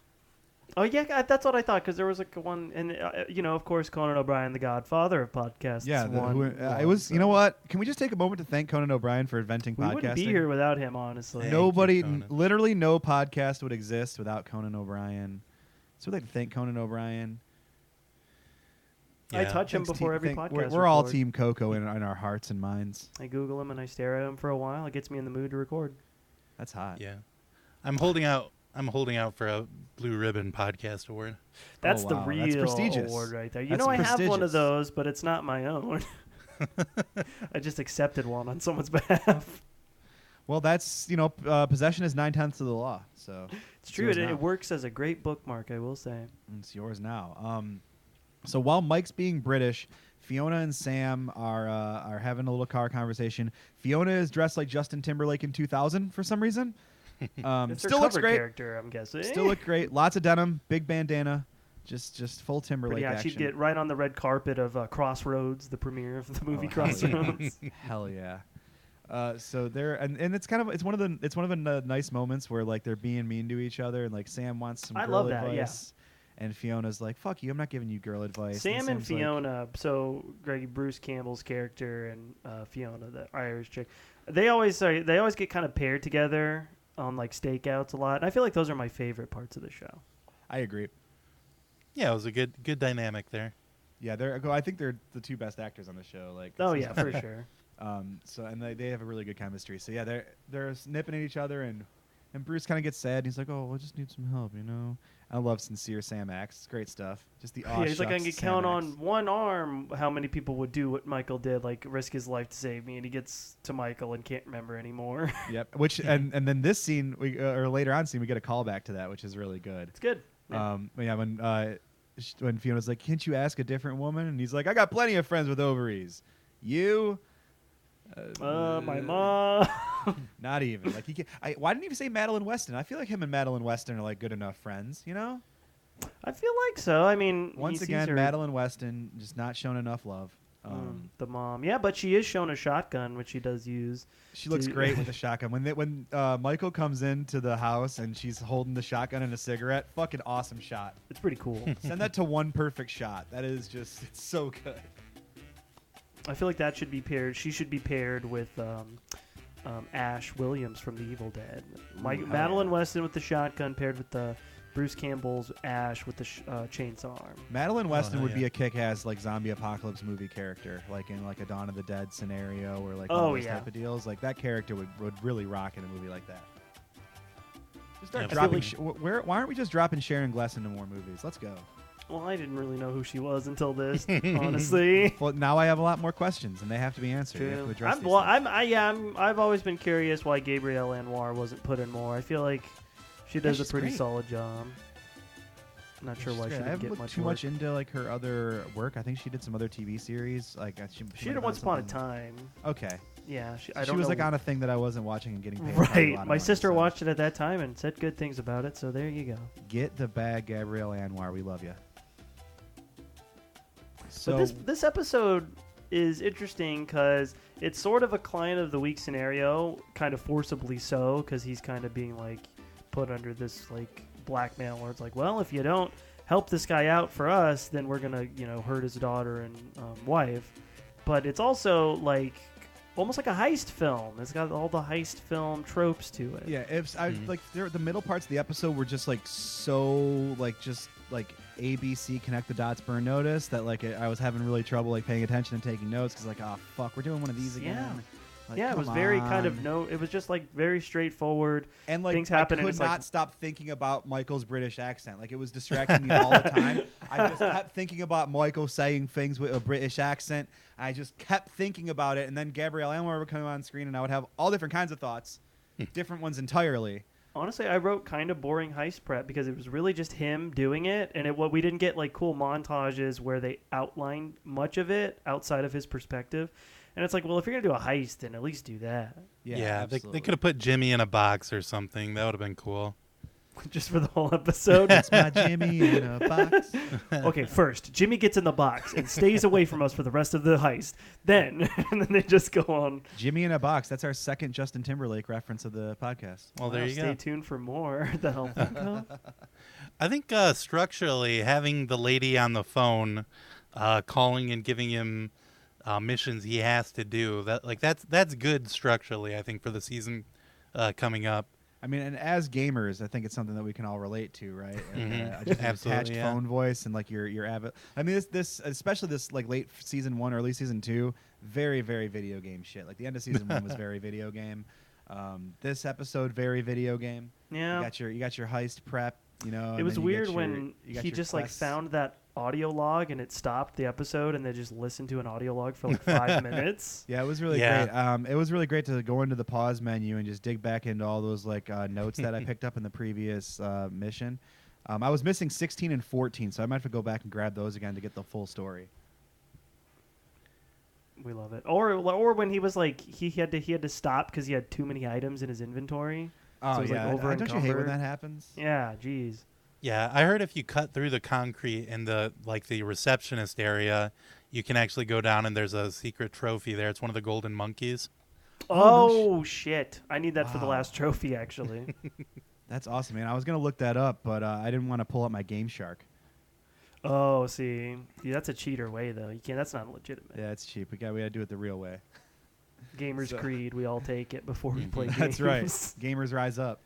Oh yeah, I- that's what I thought because there was like one, and uh, you know, of course, Conan O'Brien, the Godfather of podcasts.
Yeah, the-
won
who- uh, it
one,
was. You know
so-
what? Can we just take a moment to thank Conan O'Brien for inventing
We
podcasting?
wouldn't be here without him, honestly.
Thank you,
Nobody, n-
Conan.
literally, no podcast would exist without Conan O'Brien. So we'd like to thank Conan O'Brien.
I
Yeah.
touch him
Thanks,
before
team-
every
thank-
podcast.
We're, we're all
record.
Team Coco in, in our hearts and minds.
I Google him and I stare at him for a while. It gets me in the mood to record.
That's hot.
Yeah, I'm holding out. I'm holding out for a blue ribbon podcast award.
That's
Oh, wow,
the
that's
real
prestigious.
award right there. You
That's
know, I have one
prestigious.
of those, but it's not my own. I just accepted one on someone's behalf.
Well, that's you know, p- uh, possession is nine tenths of the law. So
It's true. It,
yours now.
it works as a great bookmark, I will say.
It's yours now. Um, so while Mike's being British, Fiona and Sam are uh, are having a little car conversation. Fiona is dressed like Justin Timberlake in 2000 for some reason. Um,
It's her
still looks
cover
great.
character, I'm guessing.
Still look great. Lots of denim, big bandana, just just full Timberlake
But yeah,
action.
she'd get right on the red carpet of uh, Crossroads, the premiere of the movie
Oh, hell yeah.
Crossroads.
Hell yeah. Uh, so they're and, and it's kind of it's one of the it's one of the n- nice moments where like they're being mean to each other and like Sam wants some
I
girl
love that, yeah.
advice and Fiona's like fuck you I'm not giving you girl advice
Sam and
Sam's like,
Fiona, so Greg Bruce Campbell's character and uh, Fiona, the Irish chick, they always sorry, they always get kind of paired together on like stakeouts a lot. And I feel like those are my favorite parts of the show.
I agree
Yeah, it was a good good dynamic there.
yeah they're I think they're the two best actors on the show like
Oh
it's
yeah,
just-
for sure.
um so and they, they have a really good chemistry so yeah they're they're nipping at each other and and Bruce kind of gets sad and he's like oh I just need some help you know I love sincere Sam acts it's great stuff just the aw
yeah, he's like, I
shucks
can
Sam
count
acts.
on one arm how many people would do what Michael did, like risk his life to save me, and he gets to Michael and can't remember anymore.
Yep. Which and and then this scene we uh, or later on scene we get a callback to that, which is really good.
it's good. Yeah.
Um. Yeah. When uh, sh- when Fiona's like, "Can't you ask a different woman?" and he's like, "I got plenty of friends with ovaries. You."
uh, my mom.
Not even like he. Can, I, why didn't he say Madeline Weston? I feel like him and Madeline Weston are like good enough friends. You know.
I feel like so. I mean, he
Once
sees
again,
her-
Madeline Weston just not shown enough love. Um,
Mm, the mom. Yeah, but she is shown a shotgun, which she does use.
She looks
Dude.
great with the shotgun. When they, when uh, Michael comes into the house and she's holding the shotgun and a cigarette, fucking awesome shot.
It's pretty cool.
Send that to one perfect shot. That is just it's so good.
I feel like that should be paired. She should be paired with um, um, Ash Williams from The Evil Dead. Mike,
Ooh, hell
Madeline
yeah.
Weston with the shotgun, paired with the Bruce Campbell's Ash with the sh- uh, chainsaw arm.
Madeline Weston
hell
would be
yeah.
a kick-ass like zombie apocalypse movie character, like in like a Dawn of the Dead scenario or like one
Oh,
of those
yeah.
type of deals. Like that character would, would really rock in a movie like that. Just start
Yeah, I feel
dropping.
like-
Sh- wh- where, why aren't we just dropping Sharon Gless into more movies? Let's go.
Well, I didn't really know who she was until this, honestly.
Well, now I have a lot more questions, and they have to be answered. We have to
True.
address
I'm,
these
well,
things.
I'm, I, yeah, I'm, I've always been curious why Gabrielle Anwar wasn't put in more. I feel like she does
she's
a pretty
great.
solid job. Not sure
She's
why
great.
she
I
didn't
haven't
get
looked
much
too
work.
much into like her other work. I think she did some other TV series. Like I- she, she
She
might
did
have
Once
done
Upon a
something-
Time.
Okay,
Yeah, she, I
she
don't
was
know
like on a thing that I wasn't watching and getting paid. probably a lot
Right.
of
My
money,
sister
so.
watched it at that time and said good things about it, so there you go.
Get the bag, Gabrielle Anwar. We love you. So
but this this episode is interesting because it's sort of a client of the week scenario, kind of forcibly so, because he's kind of being like put under this like blackmail where it's like, well, if you don't help this guy out for us, then we're gonna you know hurt his daughter and um, wife. But it's also like almost like a heist film. It's got all the heist film tropes to it.
yeah, if I
Mm-hmm.
Mhm.
like there, the middle parts of the episode were just like so like just like ABC connect the dots burn notice that like I I was having really trouble like paying attention and taking notes because like oh fuck we're doing one of these
Yeah.
again. Like,
yeah, it
come
was very kind of
on.
no. It was just like very straightforward.
and like
things
I
happen and
could
it's like-
not stop thinking about Michael's British accent. Like it was distracting me all the time. I just kept thinking about Michael saying things with a British accent. I just kept thinking about it, and then Gabrielle Anwar would come on screen, and I would have all different kinds of thoughts,
Hmm.
different ones entirely.
Honestly, I wrote kind of boring heist prep because it was really just him doing it, and it what we didn't get like cool montages where they outlined much of it outside of his perspective. And it's like, well, if you're gonna do a heist, then at least do that,
Yeah,
they,
absolutely.
they could have put Jimmy in a box or something. That would have been cool.
just for the whole episode.
It's my Jimmy in a box.
okay, first Jimmy gets in the box and stays away from us for the rest of the heist. Then, and then they just go on.
Jimmy in a box. That's our second Justin Timberlake reference of the podcast.
Well, there
Wow,
you
stay
go.
tuned for more. That'll come.
I think uh, structurally, having the lady on the phone, uh, calling and giving him uh, missions he has to do that like that's that's good structurally. I think for the season uh, coming up.
I mean, and as gamers, I think it's something that we can all relate to, right? And,
Mhm.
Mm-hmm.
uh, just an
Absolutely,
attached
yeah.
phone voice and like your your avid. I mean, this this especially this like late f- season one, early season two, very very video game shit. Like the end of season one was very video game. Um, this episode very video game.
Yeah,
You got your you got your heist prep. You know,
it
Oh, and
was
then you get
weird
your-
when
you got
he
your
just like
quests.
found that audio log and it stopped the episode and they just listened to an audio log for like five minutes
Yeah, it was really
Yeah.
great. Um, it was really great to go into the pause menu and just dig back into all those like uh, notes that I picked up in the previous uh, mission. Um, I was missing 16 and 14, so I might have to go back and grab those again to get the full story.
we love it or or when he was like he had to he had to stop because he had too many items in his inventory it was, like,
I-
over
I- don't you hate when
encumbered.
that happens?
yeah geez
Yeah, I heard if you cut through the concrete in the like the receptionist area, you can actually go down and there's a secret trophy there. It's one of the golden monkeys.
Oh,
oh,
no
shit i need that for the
Wow.
last trophy actually
That's awesome, man. I was gonna look that up, but uh, I didn't want to pull up my Game Shark.
oh see Yeah, that's a cheater way though you can't that's not legitimate
Yeah, it's cheap. We got we got to do it the real way.
gamers
So-
creed we all take it before we play games.
That's right. Gamers rise up.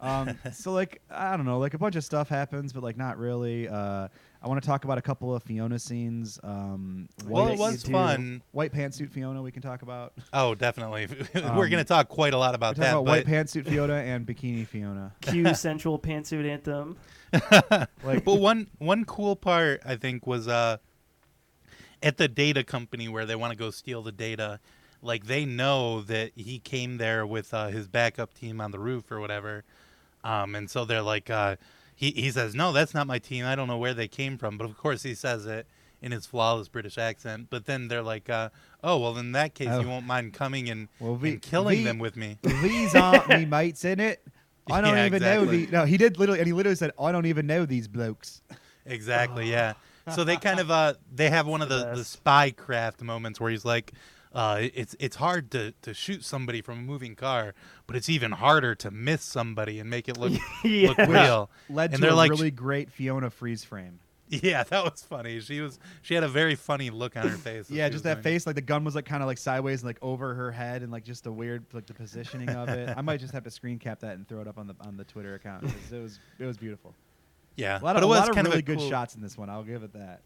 Um, so like I don't know, like a bunch of stuff happens, but like not really. Uh, I want to talk about a couple of Fiona scenes. Um,
Well,
bet
white,
it
you
was
do.
fun.
white pantsuit Fiona. We can talk about.
Oh, definitely.
Um,
We're gonna talk quite a lot
We're
about
talking
that.
about
but
white pantsuit Fiona and bikini Fiona.
cue sensual pantsuit anthem
Like
but one one cool part I think was uh at the data company where they want to go steal the data, like they know that he came there with uh, his backup team on the roof or whatever, um, and so they're like, uh, he he says, no, that's not my team. I don't know where they came from, but of course he says it in his flawless British accent. But then they're like, uh, oh well, in that case,
Oh.
you won't mind coming and,
Well,
and
we-
killing
we-
them with me.
these aren't me mates in it. I don't
Yeah,
even know
exactly.
the. No, he did literally, and he literally said, "I don't even know these blokes."
Exactly, yeah. so they kind of uh they have one of
the
the the
best.
spy craft moments where he's like uh it's it's hard to to shoot somebody from a moving car but it's even harder to miss somebody and make it look look
Yeah.
real
Led
and
to
they're
a
like
really great Fiona freeze frame.
yeah that was funny she was she had a very funny look on her face as
Yeah,
she was
just that
doing it.
face. Like the gun was like kind of like sideways and like over her head, and like just the weird like the positioning of it. I might just have to screen cap that and throw it up on the on the Twitter account 'cause it was it was beautiful.
yeah
A lot of,
but it
a
was
lot of
kind
really
of a
good
cool,
shots in this one. I'll give it that.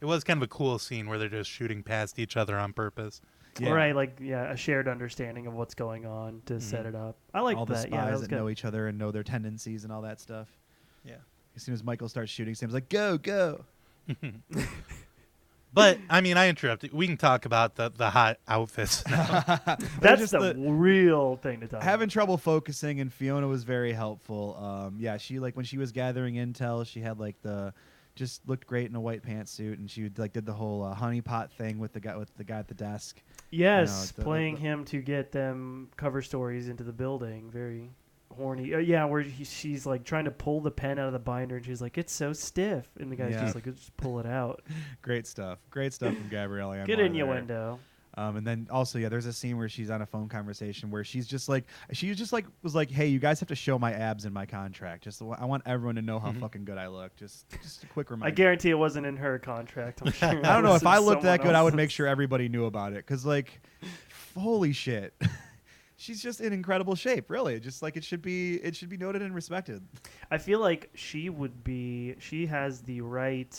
it was kind of a cool scene where they're just shooting past each other on purpose
Yeah. Mm-hmm.
Right, like yeah, a shared understanding of what's going on to set it up. I like
all the
that.
spies
yeah, that was
that
good.
know each other and know their tendencies and all that stuff.
yeah
As soon as Michael starts shooting, Sam's like, "Go, go!"
but i mean i interrupted we can talk about the the hot outfits now.
That's
just the-
the, real thing to talk.
Having trouble focusing, and Fiona was very helpful. Um, yeah, she like when she was gathering intel, she had like the just looked great in a white pantsuit, and she like did the whole uh, honeypot thing with the guy with the guy at the desk.
about. Yes,
the- the-
playing
uh, the-
him to get them cover stories into the building. Very horny. Uh, yeah, where he, she's like trying to pull the pen out of the binder, and she's like, "It's so stiff," and the guy's
Yeah.
just like, "Just pull it out."
Great stuff. Great stuff from Gabrielle. Anwar
Good
there.
innuendo.
Um, and then also, yeah, there's a scene where she's on a phone conversation where she's just like, she just like was like, "Hey, you guys have to show my abs in my contract. Just I want everyone to know how fucking good I look. Just, just a quick
I
reminder.
guarantee it wasn't in her contract. I'm sure
I don't know if I looked
look
that good, I would make sure everybody knew about it because like, holy shit, she's just in incredible shape. Really, just like it should be, it should be noted and respected.
I feel like she would be. She has the right.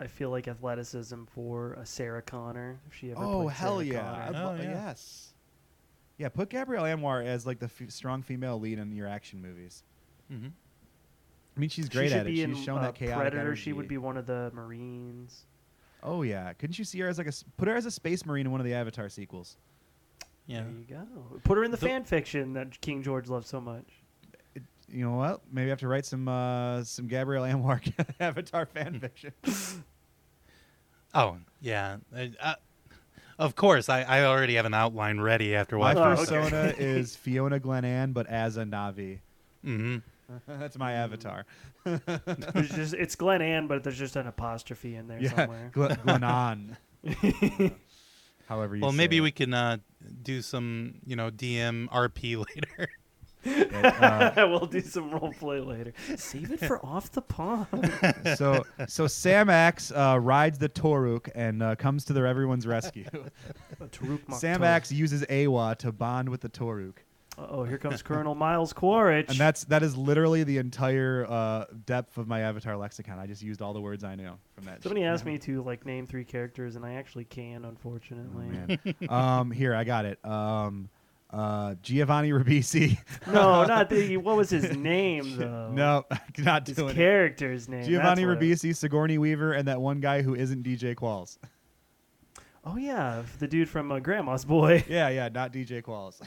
I feel like athleticism for a Sarah Connor. If she ever.
Oh
played
hell
Sarah
yeah! I'd
Connor.
lo-
Oh, yeah.
Yes. Yeah, put Gabrielle Anwar as like the f- strong female lead in your action movies.
Mhm.
I mean, she's
She
great
should
at it.
be in,
She's shown
uh,
that chaotic
Predator.
energy.
She would be one of the Marines.
Oh yeah, couldn't you see her as like a s- put her as a space marine in one of the Avatar sequels?
yeah
There you go. Put her in the,
The-
fan fiction that King George loves so much.
It- you know what? Maybe I have to write some uh, some Gabrielle Anwar Avatar
Hmm.
fan fiction.
Oh yeah, I, I, of course. I, I already have an outline ready after
My
watching.
Oh, okay.
persona is Fiona Glenann, but as a Navi. Mm.
hmm
That's my avatar.
There's just it's Glen Ann, but there's just an apostrophe in there
Yeah,
somewhere.
Gl- Glenan. However you.
Well,
say
maybe
it.
we can uh, do some you know DM RP later.
Uh,
we'll do some role play later. Save it for off the pond.
uh, so so Sam Axe uh, rides the Toruk and uh, comes to their everyone's rescue.
Taruk
Sam
Maktoum.
Axe uses Awa to bond with the Toruk.
Uh-oh, here comes Colonel Miles Quaritch.
And that's that is literally the entire uh, depth of my avatar lexicon. I just used all the words I knew from that.
Somebody
shit.
asked me to like name three characters, and I actually can, unfortunately.
Oh, Man. um, here I got it. Um, uh, Giovanni Ribisi.
no, not the, what was his name though.
no, not
his
doing it.
character's name. that's
Giovanni
what it-
Ribisi, Sigourney Weaver, and that one guy who isn't DJ Qualls.
Oh yeah, the dude from uh, Grandma's Boy.
yeah, yeah, not DJ Qualls.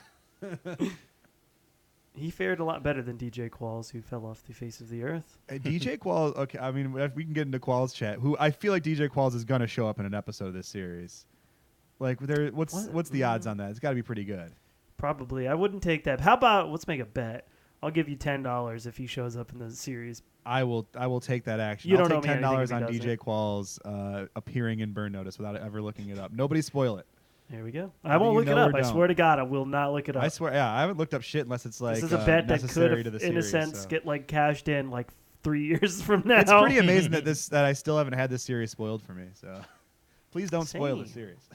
He fared a lot better than DJ Qualls, who fell off the face of the earth.
Uh, DJ Qualls. Okay, I mean if we can get into Qualls chat. Who I feel like DJ Qualls is gonna show up in an episode of this series. Like there, what's
What? Mm.
what's the odds on that? It's got to be pretty good.
Probably, I wouldn't take that. How about let's make a bet? I'll give you ten dollars if he shows up in the series.
I will I will take that action.
You
I'll
don't
take
owe me
ten dollars on
anything if he
DJ Qualls uh, appearing in Burn Notice without ever looking it up. Nobody spoil it.
There we go.
Whether
I won't
you
look it
know
up.
or
I
don't.
swear to God, I will not look it up.
I swear, yeah, I haven't looked up shit unless it's like
this is a
uh,
bet that
necessary
could,
to the
in a
series,
sense,
so.
get like cashed in like three years from now.
It's pretty amazing that this that I still haven't had this series spoiled for me. So please don't spoil the
Same.
series.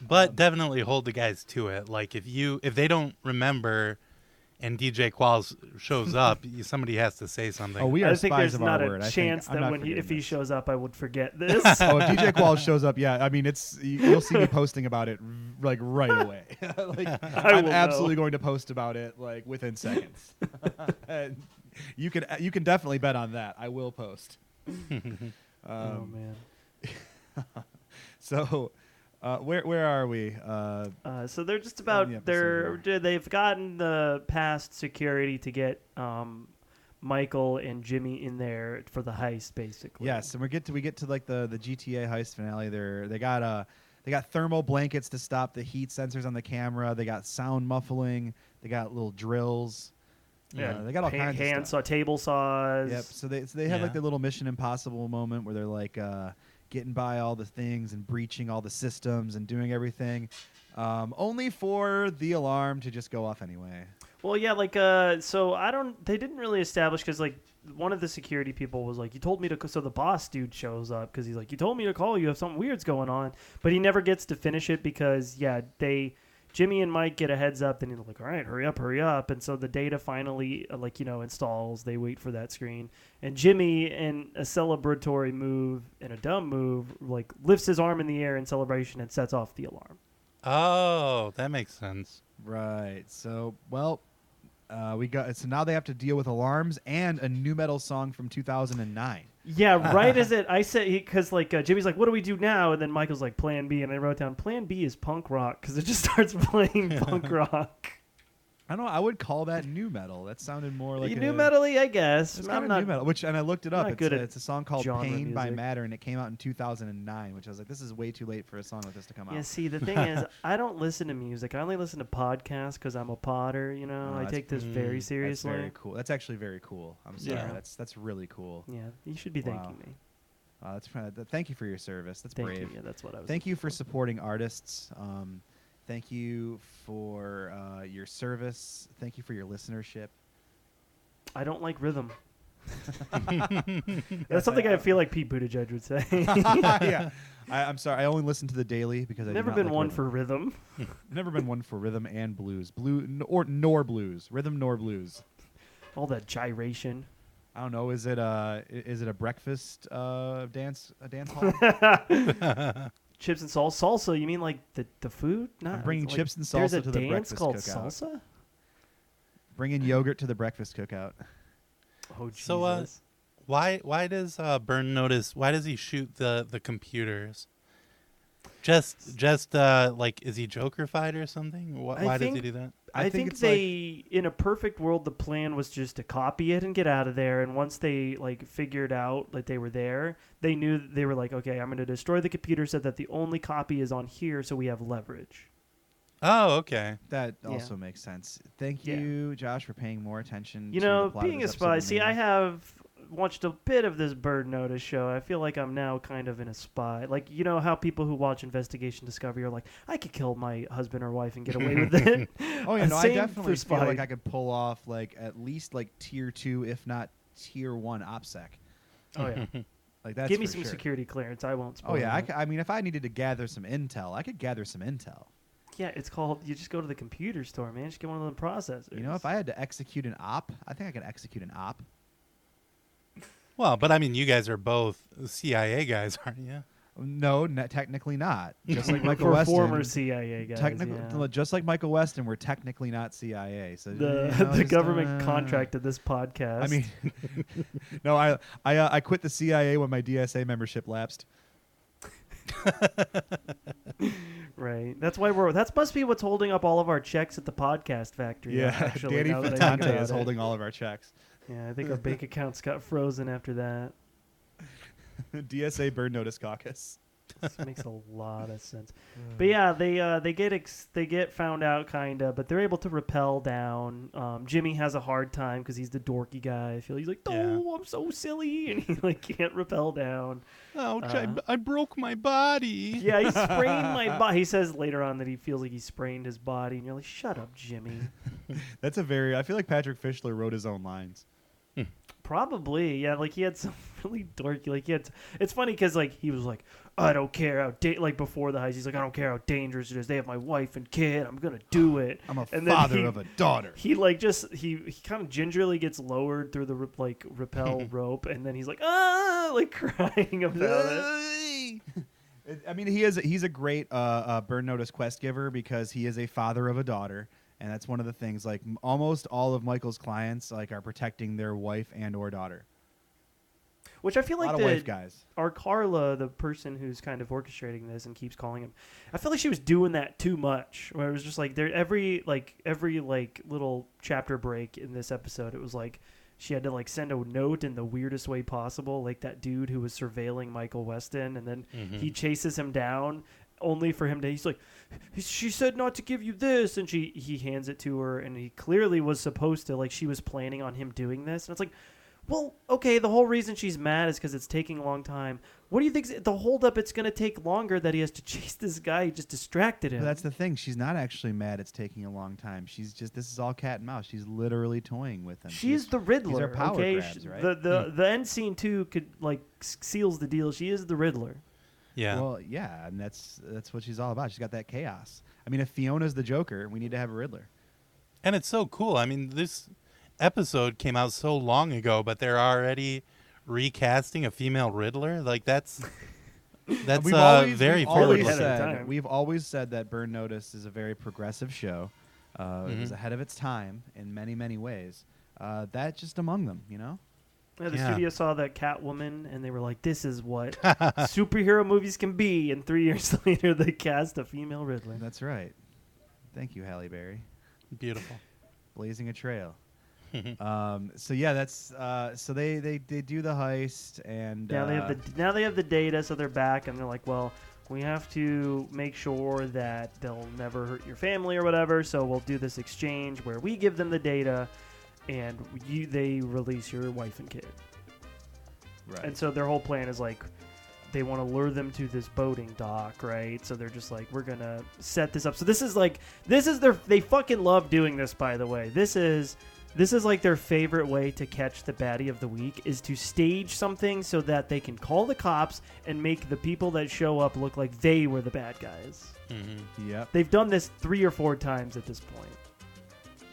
But definitely hold the guys to it. Like if you if they don't remember, and DJ Qualls shows up, you, somebody has to say something.
Oh, we are
I
spies
think there's
of
not
our
a
word. I think
chance
I'm
that
not
when he, if
forgetting
he
this.
shows up, I would forget this.
Oh, if DJ Qualls shows up, yeah. I mean, it's you- you'll see me posting about it r- like right away. like I'm
will
absolutely
know.
going to post about it like within seconds. And you can you can definitely bet on that. I will post.
oh
Um,
man.
so, uh, where where are we? Uh,
Uh, so they're just about
the episode
they're they've gotten the past security to get um, Michael and Jimmy in there for the heist, basically.
yes, and we get to we get to like the the GTA heist finale. They're they got uh they got thermal blankets to stop the heat sensors on the camera. They got sound muffling. They got little drills. Yeah, they got all
hand,
kinds of
hand
stuff.
saw, table saws.
Yep. So they so they had like
Yeah.
their little Mission Impossible moment where they're like uh, getting by all the things and breaching all the systems and doing everything, um, only for the alarm to just go off anyway.
Well, yeah, like uh, so I don't. They didn't really establish because like one of the security people was like, "You told me to." c-" So the boss dude shows up because he's like, "You told me to call you if something weird's going on," but he never gets to finish it because yeah, they Jimmy and Mike get a heads up and he's like, "All right, hurry up, hurry up!" And so the data finally uh, like you know installs. They wait for that screen and Jimmy in a celebratory move and a dumb move like lifts his arm in the air in celebration and sets off the alarm.
Oh, that makes sense.
Right. So well, uh, we got so now they have to deal with alarms and a new metal song from 2009.
Yeah, right as it, I said, because like uh, Jimmy's like, what do we do now? And then Michael's like, Plan B. And I wrote down, Plan B is punk rock because it just starts playing punk rock.
I don't know. I would call that new metal. That sounded more like
You
a,
new metally, I guess.
It's
I'm
kind of
not.
new metal, which and I looked it
I'm
up.
not
It's,
good
a,
at
it's a song called
genre
"Pain by
music.
Matter," and it came out in 2009, which I was like, "This is way too late for a song like this to come out."
Yeah, see, the thing is, I don't listen to music. I only listen to podcasts because I'm a potter, you know?
Oh,
I
that's-
take this
mm,
very
that's
That's
seriously.
very cool. That's actually very cool. I'm sorry.
Yeah.
That's that's really cool.
Yeah, you should be
Wow.
thanking me.
Uh, that's uh, th- thank you for your service. That's
Thank
brave.
you. Yeah, that's what I was
Thank you for supporting artists. Um, thank you for uh, your service. Thank you for your listenership.
I don't like rhythm. That's something
I-
I feel like Pete Buttigieg would say.
yeah, I, I'm sorry. I only listen to the daily because I've
Never been one for rhythm.
never been one for rhythm and blues, blue n- or nor blues, rhythm nor blues.
All that gyration.
I don't know. Is it a is it a breakfast uh, dance a dance hall?
Chips and salsa. Salsa? You mean like the, the food? Not
bringing
like,
chips and
There's
salsa
a
to the
dance
breakfast
called
cookout.
salsa.
Bringing yogurt to the breakfast cookout.
Oh Jesus!
So, uh, Why why does uh, Burn notice? Why does he shoot the the computers? Just just uh, like is he Jokerfied or something? Why,
I
why does
think-
he do that?
I,
I think
think,
it's like-
they, in a perfect world, the plan was just to copy it and get out of there. And once they like figured out that they were there, they knew that they were like, okay, I'm going to destroy the computer so that the only copy is on here, so we have leverage.
Oh, okay.
That
Yeah.
also makes sense. Thank
Yeah.
you, Josh, for paying more attention. to
You
the
know,
plot of
being a
this episode
spy.
than
See,
me.
I have watched a bit of this Bird Notice show. I feel like I'm now kind of in a spy. Like you know how people who watch Investigation Discovery are like, I could kill my husband or wife and get away with it.
Oh yeah, no, I
Same
definitely
for
feel
spy.
like I could pull off like at least like tier two, if not tier one, opsec.
oh yeah.
Like that's
Give me
for
some
sure.
security clearance. I won't. Spoil
Oh yeah, I,
it.
c- I mean, if I needed to gather some intel, I could gather some intel.
yeah. It's called. You just go to the computer store, man. Just get one of them processors.
You know, if I had to execute an op, I think I could execute an op.
Well, but I mean, you guys are both CIA guys, aren't you?
No, n- technically not. Just like Michael
for
Weston.
former CIA guys,
technically,
yeah.
just like Michael Weston, we're technically not CIA. So
the
you know,
the
just,
government
uh,
contracted this podcast.
I mean, no, I I uh, I quit the CIA when my DSA membership lapsed.
right? That's why we're. That must be what's holding up all of our checks at the podcast factory. actually,
Danny
now that I think
Fatante
about
is
it.
holding all of our checks.
Yeah, I think our bank accounts got frozen after that.
DSA Bird Notice Caucus.
This makes a lot of sense. But yeah, they uh, they get ex- they get found out kind of, but they're able to rappel down. Um, Jimmy has a hard time because he's the dorky guy. I feel he's like, oh,
Yeah.
I'm so silly, and he like can't rappel down.
Ouch!
Uh-huh.
I, I broke my body.
Yeah, he sprained my body. He says later on that he feels like he sprained his body, and you're like, shut up, Jimmy.
That's a very. I feel like Patrick Fischler wrote his own lines.
Probably, yeah. Like he had some really dorky. Like he had. It's funny because like he was like, I don't care how da-, like before the heist. He's like, I don't care how dangerous it is. They have my wife and kid. I'm gonna do it.
I'm a
And then
father
he-
of a daughter.
He like just he he kind of gingerly gets lowered through the rip- like rappel rope, and then he's like ah like crying about it.
It- I mean, he is. He's a great uh, uh, burn notice quest giver because he is a father of a daughter, and that's one of the things. Like m- almost all of Michael's clients, like are protecting their wife and or daughter.
Which I feel
A lot
like
of
the
wife guys.
our Carla, the person who's kind of orchestrating this and keeps calling him, I feel like she was doing that too much. Where it was just like there every like every like little chapter break in this episode, it was like she had to like send a note in the weirdest way possible, like that dude who was surveilling Michael Weston, and then he chases him down. only for him to he's like she said not to give you this and she he hands it to her and he clearly was supposed to like she was planning on him doing this and it's like well okay the whole reason she's mad is because it's taking a long time what do you think the holdup it's going to take longer that he has to chase this guy he just distracted him
But that's the thing. She's not actually mad. It's taking a long time. She's just this is all cat and mouse. She's literally toying with him.
She's the Riddler.
are power
okay,
grabs,
She-
right?
the the the end scene too could like s- seals the deal. She is the Riddler.
Yeah.
Well, yeah, and that's that's what she's all about. She's got that chaos. I mean, if Fiona's the Joker, we need to have a Riddler.
And it's so cool. I mean, this episode came out so long ago, but they're already recasting a female Riddler. Like that's that's
we've
uh,
always,
very
we've
forward
always
Ahead of
looking.
their
said
time.
we've always said that Burn Notice is a very progressive show. Uh,
Mm-hmm.
It was ahead of its time in many many ways. Uh, that just among them, you know.
Yeah, the
Yeah.
studio saw that Catwoman, and they were like, "This is what superhero movies can be." And three years later, they cast a female Riddler.
That's right. Thank you, Halle Berry.
Beautiful.
blazing a trail. um, so yeah, that's uh, so they, they they do the heist and
Now they
uh,
have the now they have the data, so they're back, and they're like, "Well, we have to make sure that they'll never hurt your family or whatever." So we'll do this exchange where we give them the data, and you they release your wife and kid.
right.
And so their whole plan is like they want to lure them to this boating dock, right? So they're just like, we're gonna set this up. So this is like this is their they fucking love doing this, by the way. This is this is like their favorite way to catch the baddie of the week is to stage something so that they can call the cops and make the people that show up look like they were the bad guys.
hmm
yep.
They've done this three or four times at this point.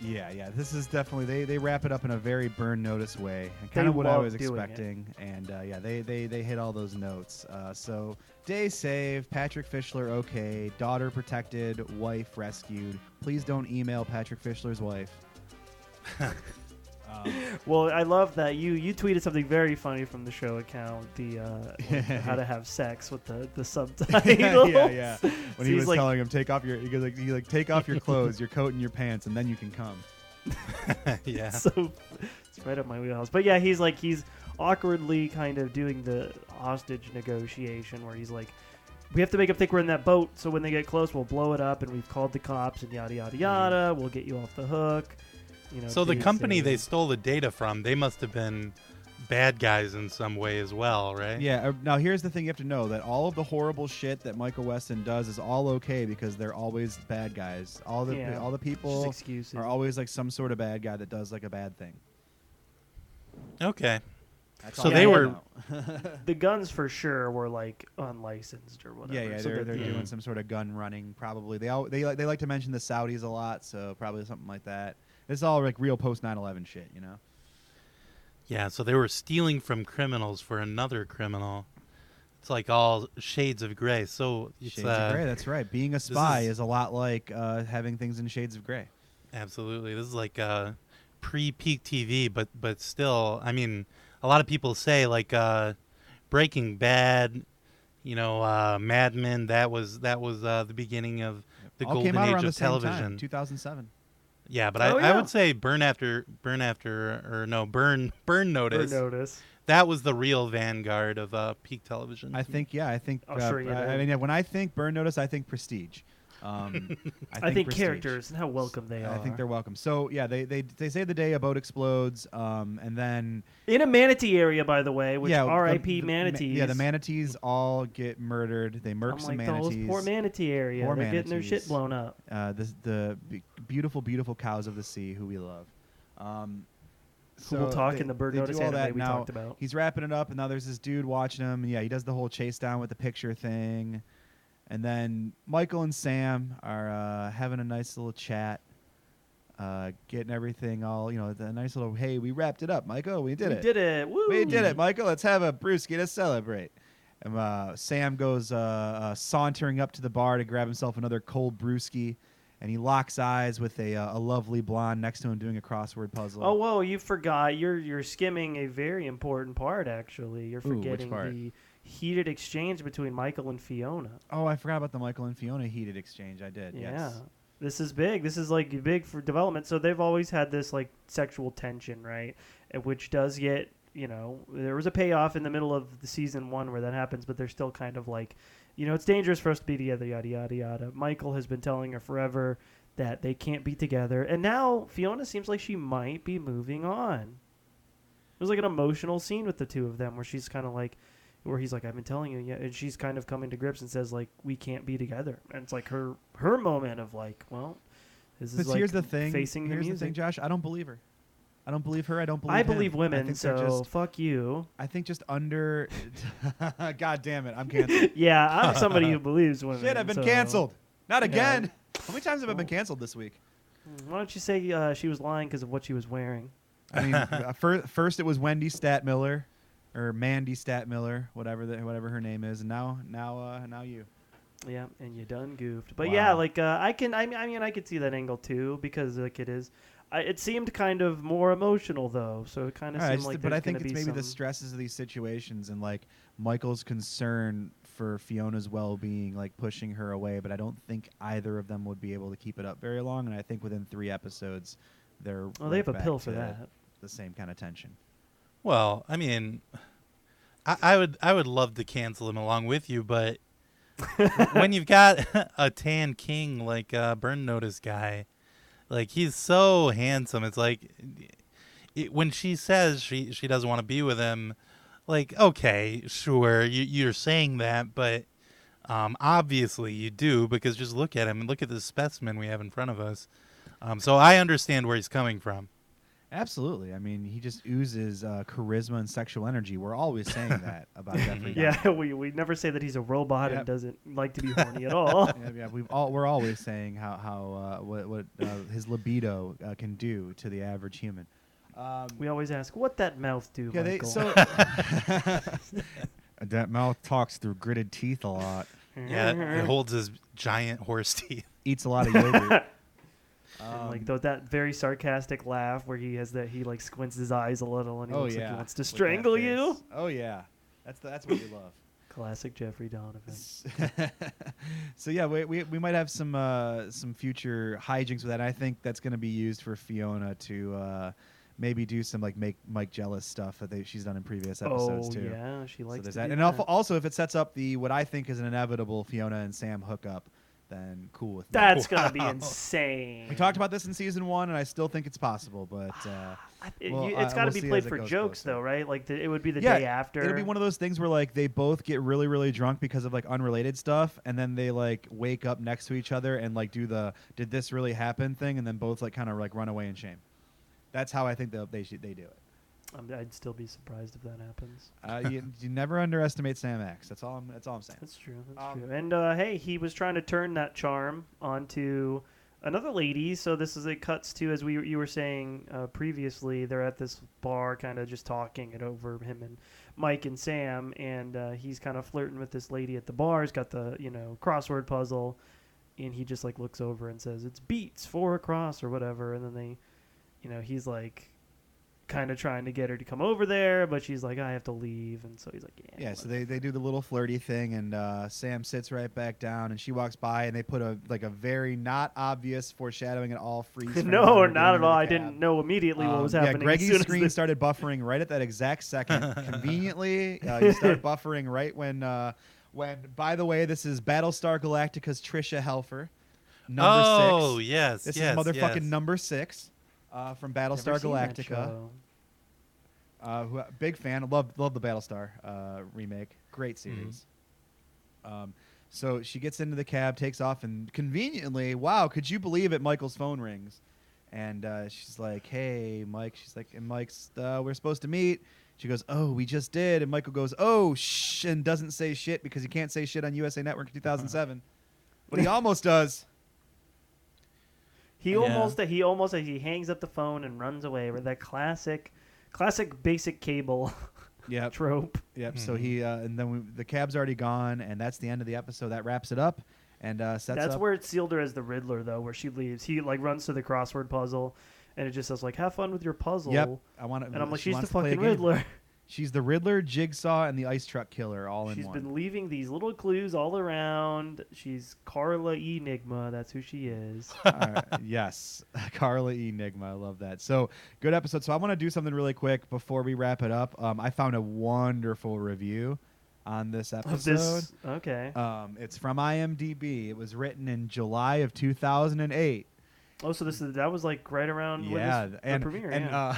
Yeah, yeah. This is definitely they, they wrap it up in a very burn notice way, and kind
They
of what I
love
was
doing it.
expecting. And uh, yeah, they, they they hit all those notes. Uh, so day saved, Patrick Fischler okay, daughter protected, wife rescued. Please don't email Patrick Fischler's wife. um,
Well, I love that you you tweeted something very funny from the show account, the uh, how to have sex with the the
yeah,
subtitles.
yeah, yeah. When he
he's
was
like-
telling him, take off your, he goes like, he like, take off your clothes, your coat, and your pants, and then you can come.
yeah.
So it's right up my wheelhouse. But yeah, he's like he's awkwardly kind of doing the hostage negotiation where he's like, we have to make them think we're in that boat, so when they get close, we'll blow it up, and we've called the cops, and yada
Mm-hmm.
yada yada. We'll get you off the hook. You know.
So the
do
company they
things.
stole the data from, they must have been bad guys in some way as well, right?
Yeah. uh, Now here's the thing you have to know that all of the horrible shit that Michael Weston does is all okay because they're always bad guys. All the
Yeah.
all the
Just
people
excuses.
are always like some sort of bad guy that does like a bad thing.
Okay.
That's
So
all
they
I
were-
know.
the guns for sure were like unlicensed or whatever.
yeah, yeah.
so
They're,
that
they're
the-
doing some sort of gun running probably. They all they like they like to mention the Saudis a lot, so probably something like that. It's all like real post 9/11 shit, you know.
Yeah, so they were stealing from criminals for another criminal. It's like all shades of gray. So it's,
Shades
uh,
of Grey. That's right. Being a spy
is-
is, a lot like uh, having things in Shades of Grey.
Absolutely. This is like uh, pre-peak TV, but but still, I mean, a lot of people say like uh, Breaking Bad, you know, uh, Mad Men. That was that was uh, the beginning of the
All
golden
came out
age
around
of
the same time,
television.
2007.
yeah, but
Oh,
I, I
yeah.
would say Burn After Burn After or no Burn Burn
Or
Notice.
notice.
That was the real vanguard of uh, peak television.
I think yeah. I think
Oh,
uh,
sure, yeah,
I,
no.
I mean, yeah, when I think Burn Notice, I think Prestige. Um, I think,
I think,
Prestige.
characters and how welcome they are.
I think they're welcome. So yeah, they they they say the day a boat explodes, um, and then
in a manatee area, by the way. Which
yeah, the-
R.I.P.
the ma-
manatees.
Yeah, the manatees all get murdered. They
I'm
murk some
like
manatees.
the whole poor manatee area.
Poor
they're getting their shit
manatees.
blown up.
uh, the the be- beautiful, beautiful cows of the sea who we love. Um,
Who will talk in the Bird
they
Notice
do all
anime
that
we
now.
talked about.
He's wrapping it up, and now there's this dude watching him. And yeah, he does the whole chase down with the picture thing, and then Michael and Sam are uh, having a nice little chat, uh, getting everything all you know, the nice little hey, we wrapped it up, Michael, we did
we
it,
did it. Woo.
we did it, Michael. Let's have a brewski to celebrate. And, uh, Sam goes uh, uh, sauntering up to the bar to grab himself another cold brewski, and he locks eyes with a, uh, a lovely blonde next to him doing a crossword puzzle.
Oh whoa! You forgot. You're you're skimming a very important part. Actually, you're
Ooh, which
forgetting
part?
the heated exchange between Michael and Fiona.
Oh, I forgot about the Michael and Fiona heated exchange. I did.
Yeah.
Yes.
This is big. This is like big for development. So they've always had this like sexual tension, right? Uh, Which does get, you know, there was a payoff in the middle of the season one where that happens, but they're still kind of like, you know, it's dangerous for us to be together, yada, yada, yada. Michael has been telling her forever that they can't be together. And now Fiona seems like she might be moving on. It was like an emotional scene with the two of them where she's kind of like, where he's like, I've been telling you, yeah. And she's kind of coming to grips and says, like, we can't be together. And it's like her, her moment of like, well, this
But
is like
here's the thing.
facing
here's
the
the,
music.
thing, Josh. I don't believe her. I don't believe her. I don't believe.
I
him.
believe
I
women,
think they're
so
just,
fuck you.
I think just under. God damn it! I'm canceled.
Yeah, I'm somebody who believes women.
Shit! I've been
so-
canceled. Not
Yeah.
again. How many times have I been
Oh.
canceled this week?
Why don't you say uh, she was lying because of what she was wearing?
I mean, uh, fir- first it was Wendy Statmiller, or Mandy Statmiller, whatever the, whatever her name is, and now now uh, now you.
Yeah, and you done goofed. But yeah,
Wow.
like uh, I can, I mean, I mean, I could see that angle too because like it is, I, it seemed kind of more emotional though. So it kind of
All right, I
seemed
just-
like,
but I
there's
think
gonna
it's
be
maybe the
some-
stresses of these situations and like Michael's concern for Fiona's well-being, like pushing her away. But I don't think either of them would be able to keep it up very long. And I think within three episodes, they're
Well, they
right
have a
back
pill for
to
that.
The same kind of tension.
Well, I mean, I, I would I would love to cancel him along with you, but when you've got a tan king like uh, Burn Notice guy, like he's so handsome. It's like it, when she says she she doesn't want to be with him, like okay, sure, you you're saying that, but um, obviously you do because just look at him and look at the specimen we have in front of us. Um, so I understand where he's coming from.
Absolutely. I mean, he just oozes uh, charisma and sexual energy. We're always saying that about Jeffrey. Dahmer.
Yeah, we, we never say that he's a robot
Yep.
and doesn't like to be horny at all.
yeah, yeah, we've all we're always saying how how uh, what what uh, his libido uh, can do to the average human. Um,
we always ask what that mouth do,
yeah, they
Michael.
so that mouth talks through gritted teeth a lot,
Mm-hmm.
Yeah, it holds his giant horse teeth.
eats a lot of yogurt.
And, like
Um,
tho- that very sarcastic laugh where he has that he like squints his eyes a little and he
oh
looks
yeah,
like he wants to
with that
strangle you.
face. Oh yeah, that's the, that's what we love.
Classic Jeffrey Donovan.
so yeah, we, we, we might have some uh, some future hijinks with that. I think that's going to be used for Fiona to uh, maybe do some like make Mike jealous stuff that they, she's done in previous episodes
oh
too.
yeah, she
So
likes
there's
to
that.
do
And alf- also, if it sets up the what I think is an inevitable Fiona and Sam hookup, then cool with me.
That's gonna be
Wow.
insane.
we talked about this in season one, and I still think it's possible, but. Uh,
I- it-
Well,
you-
I-
it's got to
we'll see
be
as
played
it
for
goes
jokes,
closer.
though, right? Like the, it would be the
yeah,
day after.
It'll be one of those things where like they both get really, really drunk because of like unrelated stuff, and then they like wake up next to each other and like do the "did this really happen" thing, and then both like kind of like run away in shame. That's how I think they they, should, they do it.
I'm, I'd still be surprised if that happens.
Uh, you, you never underestimate Sam X. That's all. I'm, that's all I'm saying.
That's true. That's
Um,
true. And uh, hey, he was trying to turn that charm onto another lady. So this is it cuts to as we you were saying uh, previously. They're at this bar, kind of just talking it over him and Mike and Sam, and uh, he's kind of flirting with this lady at the bar. He's got the you know crossword puzzle, and he just like looks over and says it's beats four across or whatever, and then they, you know, he's like. Kind of trying to get her to come over there, but she's like, "I have to leave," and so he's like, "Yeah."
Yeah, so
whatever."
they, they do the little flirty thing, and uh, Sam sits right back down, and she walks by, and they put a like a very not obvious foreshadowing at all freeze. frame on
no,
her
not
getting
at
into
all.
the
I
cab.
didn't know immediately what
Um,
was
Yeah,
happening. as soon
Greggy's
as
screen
the-
started buffering right at that exact second. Conveniently, uh, you start buffering right when uh, when. By the way, this is Battlestar Galactica's Trisha Helfer, number
oh,
six.
yes,
This
yes,
is motherfucking
yes.
number six uh, from
Never
Battlestar
seen that
Galactica.
show.
Uh, who, big fan. Love love the Battlestar uh, remake. Great series. Um, so she gets into the cab, takes off, and conveniently, wow, could you believe it? Michael's phone rings, and uh, she's like, "Hey, Mike." She's like, "And Mike's, uh, we're supposed to meet." She goes, "Oh, we just did," and Michael goes, "Oh, shh," and doesn't say shit because he can't say shit on USA Network in 2007, but he almost does.
He
Yeah.
almost he almost he hangs up the phone and runs away. With that classic, classic basic cable
Yep.
trope.
Yep. So he uh, and then we, the cab's already gone, and that's the end of the episode. That wraps it up, and uh, sets
That's,
up.
where it sealed her as the Riddler, though, where she leaves. He like runs to the crossword puzzle, and it just says like, "Have fun with your puzzle."
Yep. I want to.
And I'm like,
she
"She's the
wants to play a
fucking
game.
Riddler."
She's the Riddler, Jigsaw, and the Ice Truck Killer all in
She's
one.
been leaving these little clues all around. She's Carla Enigma. That's who she is.
All right. Yes, Carla Enigma. I love that. So good episode. So I want to do something really quick before we wrap it up. Um, I found a wonderful review on this episode.
Of this, okay.
Um, it's from IMDb. It was written in July of 2008.
oh, so this is that was like right around
yeah,
when this,
and,
the premiere.
and
yeah.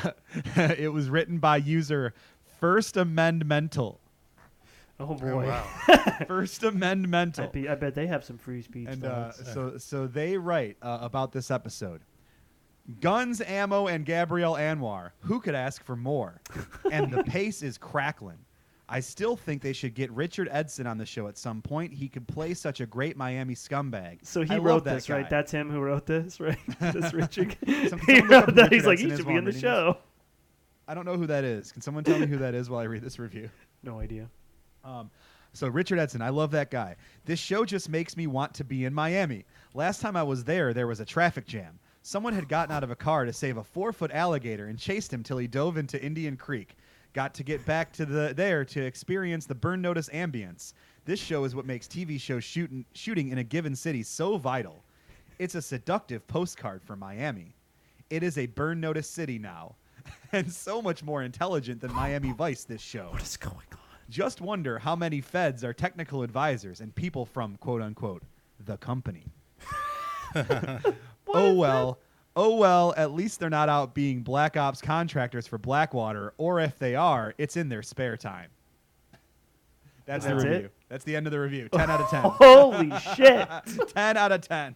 Uh, it was written by user First Amendmental.
oh boy,
First Amendmental.
I, be, I bet they have some free speech.
and uh,
laws.
so so they write uh, about this episode guns ammo and gabrielle anwar who could ask for more and the pace is crackling i still think they should get richard edson on the show at some point he could play such a great miami scumbag
So
I
he
love
wrote
that
this, right?
guy.
That's him who wrote this, right? this Richard.
Some-
he
someone look
wrote
up
that. He's
Richard
like, he
Edson
should be in the
Islam,
show.
i don't know who that is can someone tell me who that is while i read this review
No idea.
Um, so Richard Edson, I love that guy. This show just makes me want to be in Miami. Last time I was there, there was a traffic jam. Someone had gotten out of a car to save a four-foot alligator and chased him till he dove into Indian Creek. Got to get back to the there to experience the burn notice ambience. This show is what makes TV shows shooting shooting in a given city so vital. It's a seductive postcard for Miami. It is a burn notice city now, and so much more intelligent than Miami Vice. This show.
What is going on?
Just wonder how many feds are technical advisors and people from quote unquote the company. oh well. Oh well, at least they're not out being black ops contractors for Blackwater, or if they are, it's in their spare time. That's,
That's
the
it?
review. That's the end of the review. 10 out of
Holy shit!
10. 10 out of 10.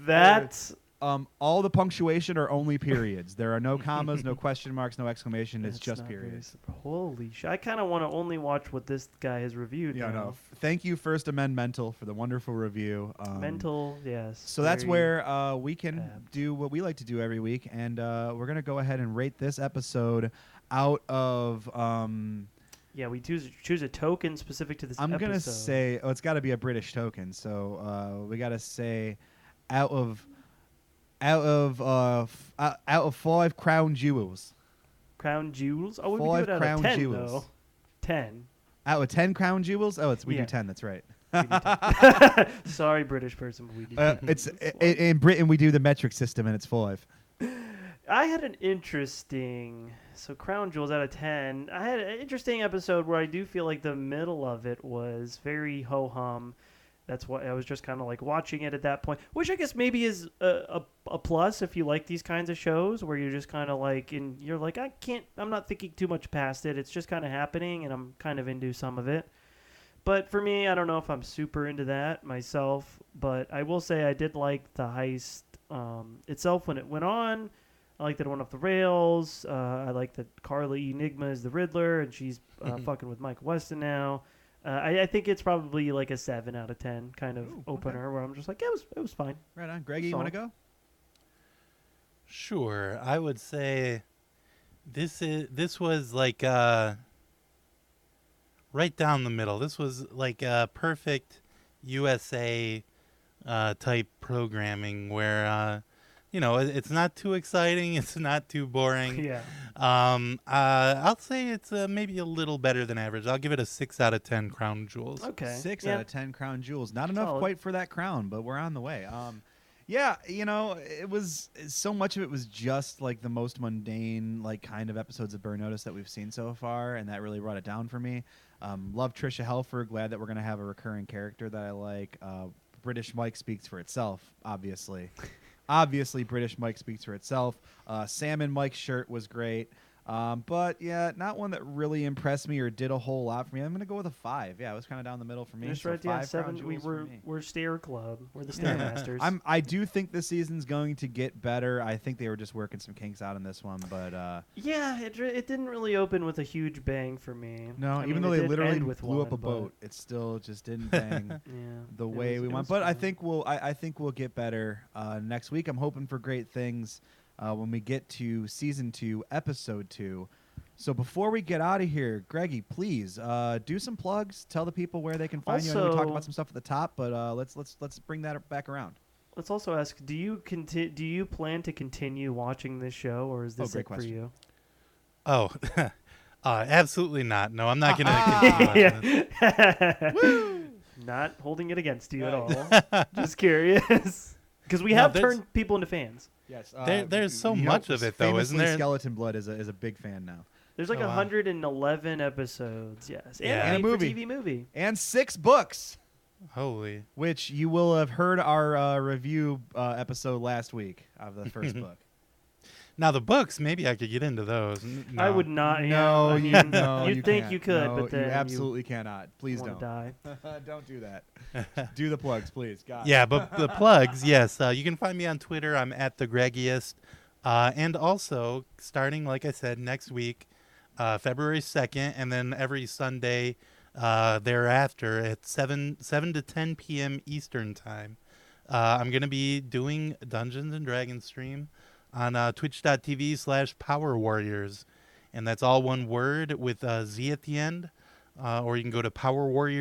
That's
Um, all the punctuation are only periods. There are no commas, no question marks, no exclamation. It's
that's
just
not very
periods.
sur- Holy shit! I kind of want to only watch what this guy has reviewed.
Yeah,
now.
no. Thank you, First Amendmental, for the wonderful review. Um,
Mental, yes.
So that's
very-
where uh, we can
apt.
do what we like to do every week, and uh, we're gonna go ahead and rate this episode out of. Um,
Yeah, we choose choose a token specific to this.
I'm
episode.
gonna say, oh, it's got to be a British token, so uh, we gotta say, out of, out of, uh, f- out out of five crown jewels,
crown jewels. Oh, we
Five
do it out
crown
of ten
jewels.
though. Ten.
out of ten crown jewels. Oh, it's we
Yeah.
do ten. That's right.
We do 10. Sorry, British person, but we do.
Uh,
10.
it's i- in Britain we do the metric system, and it's five.
I had an interesting so crown jewels out of 10. I had an interesting episode where I do feel like the middle of it was very ho hum. That's why I was just kind of like watching it at that point, which I guess maybe is a, a, a plus if you like these kinds of shows where you're just kind of like and you're like I can't I'm not thinking too much past it. It's just kind of happening and I'm kind of into some of it. But for me, I don't know if I'm super into that myself, but I will say I did like the heist um, itself when it went on. I like that it went off the rails. Uh, I like that Carly Enigma is the Riddler, and she's uh,
Mm-hmm.
fucking with Mike Weston now. Uh, I, I think it's probably like a seven out of ten kind of
Ooh, okay.
opener where I'm just like, yeah, it was it was fine.
Right on, Greggy. You want to go?
Sure, I would say this is this was like uh right down the middle. This was like a perfect USA uh type programming where uh you know, it- it's not too exciting, it's not too boring.
yeah,
Um uh I'll say it's uh, maybe a little better than average. I'll give it a 6 out of 10 crown jewels.
Oh.
okay,
Six
yeah.
out of ten crown jewels. Not enough
Solid.
quite for that crown, but we're on the way. Um, yeah, you know, it was so much of it was just like the most mundane, like kind of episodes of Burn Notice that we've seen so far, and that really brought it down for me. Um, love Trisha Helfer. Glad that we're gonna have a recurring character that I like. Uh, British Mike speaks for itself, obviously. obviously, British Mike speaks for itself. Uh, Sam and Mike's shirt was great. Um, but yeah, not one that really impressed me or did a whole lot for me. I'm gonna go with a five. Yeah, it was kind of down the middle for me.
Just
so
right down
five crown
seven. We
jewels for
were
me.
we're stair club. We're the
Yeah.
stair masters.
I'm. I do think this season's going to get better. I think they were just working some kinks out in this one, but uh,
Yeah, it, re- it didn't really open with a huge bang for me.
no.
I
even
mean,
though
it
they
did
literally
end with
blew up a
one, but-
boat, it still just didn't bang
Yeah,
the
it
way
was-
we
it
want.
was
But I
fine.
think we'll I, I think we'll get better uh, next week. I'm hoping for great things uh, when we get to season two, episode two. So before we get out of here, Greggy, please uh, do some plugs. Tell the people where they can find you. I know we talked
Also-
about some stuff at the top, but uh, let's let's let's bring that back around.
Let's also ask: Do you conti- Do you plan to continue watching this show, or is
Oh,
this
great
it for
question.
you?
Oh. uh absolutely not. No, I'm not
Uh,
going to continue.
Ah,
on this.
yeah. Not holding it against you at all. Just curious, because we
No,
have
there's-
turned people into fans.
Yes,
There- uh, there's so you know, much of it, though, isn't famously there?
Skeleton Blood is a, is a big fan now.
There's like
Oh, wow.
111 episodes. Yes,
Yeah.
And a movie.
TV movie.
and six books,
Holy.
which you will have heard our uh, review uh, episode last week of the first book.
Now the books, maybe I could get into those. N-
I
no.
would not. Uh, yeah,
no,
I
you
mean,
no,
you'd think
can't.
you could,
No,
but then
you absolutely cannot. Please
want
don't.
to die.
don't do that. do the plugs, please. God.
Yeah, but the plugs, yes. Uh, you can find me on Twitter. I'm at the Greggiest. Uh, and also, starting, like I said, next week, uh, February 2nd, and then every Sunday uh, thereafter at 7, 7 to 10 p.m. Eastern Time, uh, I'm going to be doing Dungeons and Dragons stream on uh, twitch.tv slash power warriors. And that's all one word with a Z at the end. Uh, or you can go to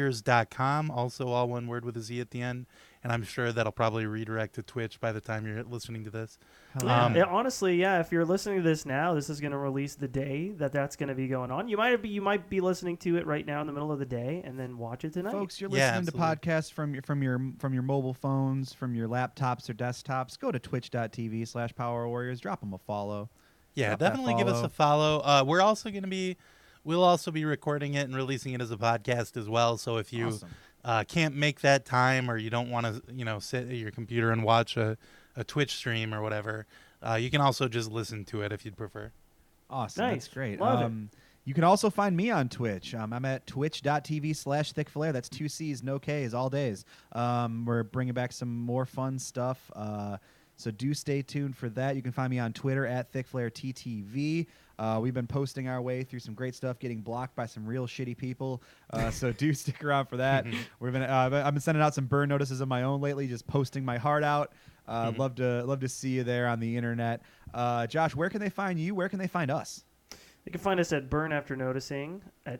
powerwarriors.com, also all one word with a Z at the end. And I'm sure that'll probably redirect to Twitch by the time you're listening to this.
Yeah,
Um,
yeah, honestly, yeah. If you're listening to this now, this is going to release the day that that's going to be going on. You might be you might be listening to it right now in the middle of the day, and then watch it tonight.
Folks, you're
Yeah,
listening to
absolutely.
podcasts from your from your from your mobile phones, from your laptops or desktops. Go to twitch.tv slash Power Warriors. Drop them a follow.
Yeah,
Drop that
definitely give us a follow. Uh, we're also going to be, we'll also be recording it and releasing it as a podcast as well. So if you
Awesome.
uh, can't make that time or you don't want to, you know, sit at your computer and watch a, a Twitch stream or whatever, uh, you can also just listen to it if you'd prefer.
Awesome.
Nice.
That's great.
Love it.
um, You can also find me on Twitch. Um, I'm at twitch.tv slash thickflair. That's two C's, no K's, all days. Um, we're bringing back some more fun stuff. Uh, so do stay tuned for that. You can find me on Twitter at thickflairttv. Uh, we've been posting our way through some great stuff, getting blocked by some real shitty people. Uh, so do stick around for that. We've been uh, I've been- I've been sending out some burn notices of my own lately, just posting my heart out. Uh, Love to love to see you there on the internet. Uh, Josh, where can they find you? Where can they find us?
You can find us at Burn After Noticing at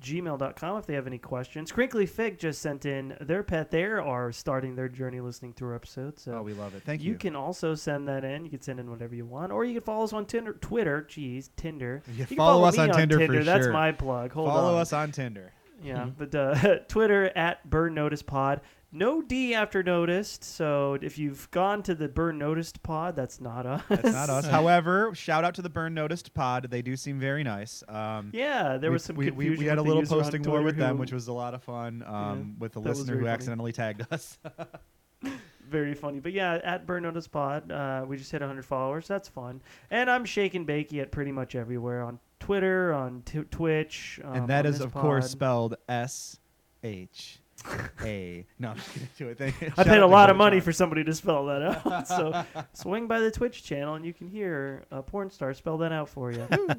gmail.com if they have any questions. Crinkly Fig just sent in their pet. They are starting their journey listening through our episode. So
Oh, we love it. Thank you.
you, can also send that in. You can send in whatever you want, or you can follow us on Tinder, Twitter. Geez, Tinder.
Yeah,
You can
follow us
me
on Tinder for
That's
sure.
my plug. Hold
follow
on.
us on Tinder. Mm-hmm.
Yeah, but uh, Twitter at Burn Notice Pod. No D after noticed. So if you've gone to the Burn Noticed Pod, that's not us.
That's not us. However, shout out to the Burn Noticed Pod. They do seem very nice. Um,
Yeah, there
we-
was some
we, we,
confusion.
we had a
with the
little
user on
posting war
Twitter
with them,
who-
which was a lot of fun. Um, with a
that was
listener who
very funny. Uh,
accidentally tagged us.
Very funny. But yeah, at Burn Notice Pod, uh, we just hit 100 followers. That's fun. And I'm shaking bakey at pretty much everywhere on Twitter, on t- Twitch. Um,
and that
on
is,
this
of course,
pod.
spelled S H A. No, I'm just gonna do it. Thank you.
I
Shout
paid
out
a
to
lot of
Gorgon.
money for somebody to spell that out. so swing by the Twitch channel and you can hear a porn star spell that out for you.
Hmm.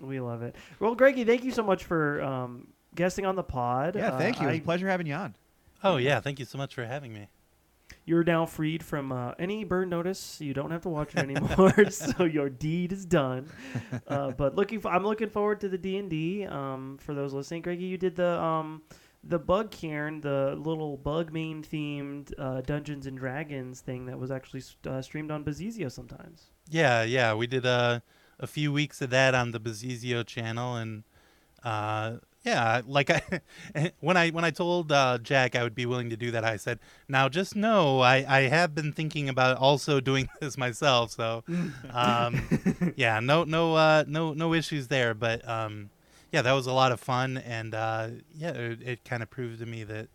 we love it. Well, Greggy, thank you so much for um, guesting on the pod.
Yeah,
Uh,
thank you. It was
I-
a pleasure having you on.
Oh,
Mm-hmm.
yeah. Thank you so much for having me.
You're now freed from uh, any burn notice. You don't have to watch it anymore. so your deed is done. Uh, but looking, for, I'm looking forward to the D and D. Um, for those listening, Greggy, you did the um, the bug cairn, the little bug main themed uh, Dungeons and Dragons thing that was actually s- uh, streamed on Bazizio sometimes.
Yeah, yeah, we did a a few weeks of that on the Bazizio channel, and uh, yeah, like I when I when I told uh, Jack I would be willing to do that, I said, now just know I I have been thinking about also doing this myself, so um, yeah, no no uh, no no issues there, but um, yeah, that was a lot of fun, and uh, yeah, it, it kind of proved to me that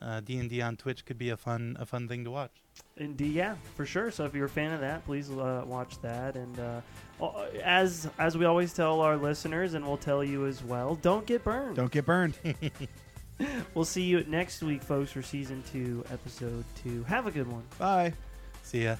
uh, D and D on Twitch could be a fun a fun thing to watch.
Indeed, yeah, for sure. So if you're a fan of that, please uh, watch that. And uh, uh, as as we always tell our listeners, and we'll tell you as well, don't get burned.
Don't get burned.
We'll see you next week, folks, for season two, episode two. Have a good one.
Bye.
See ya.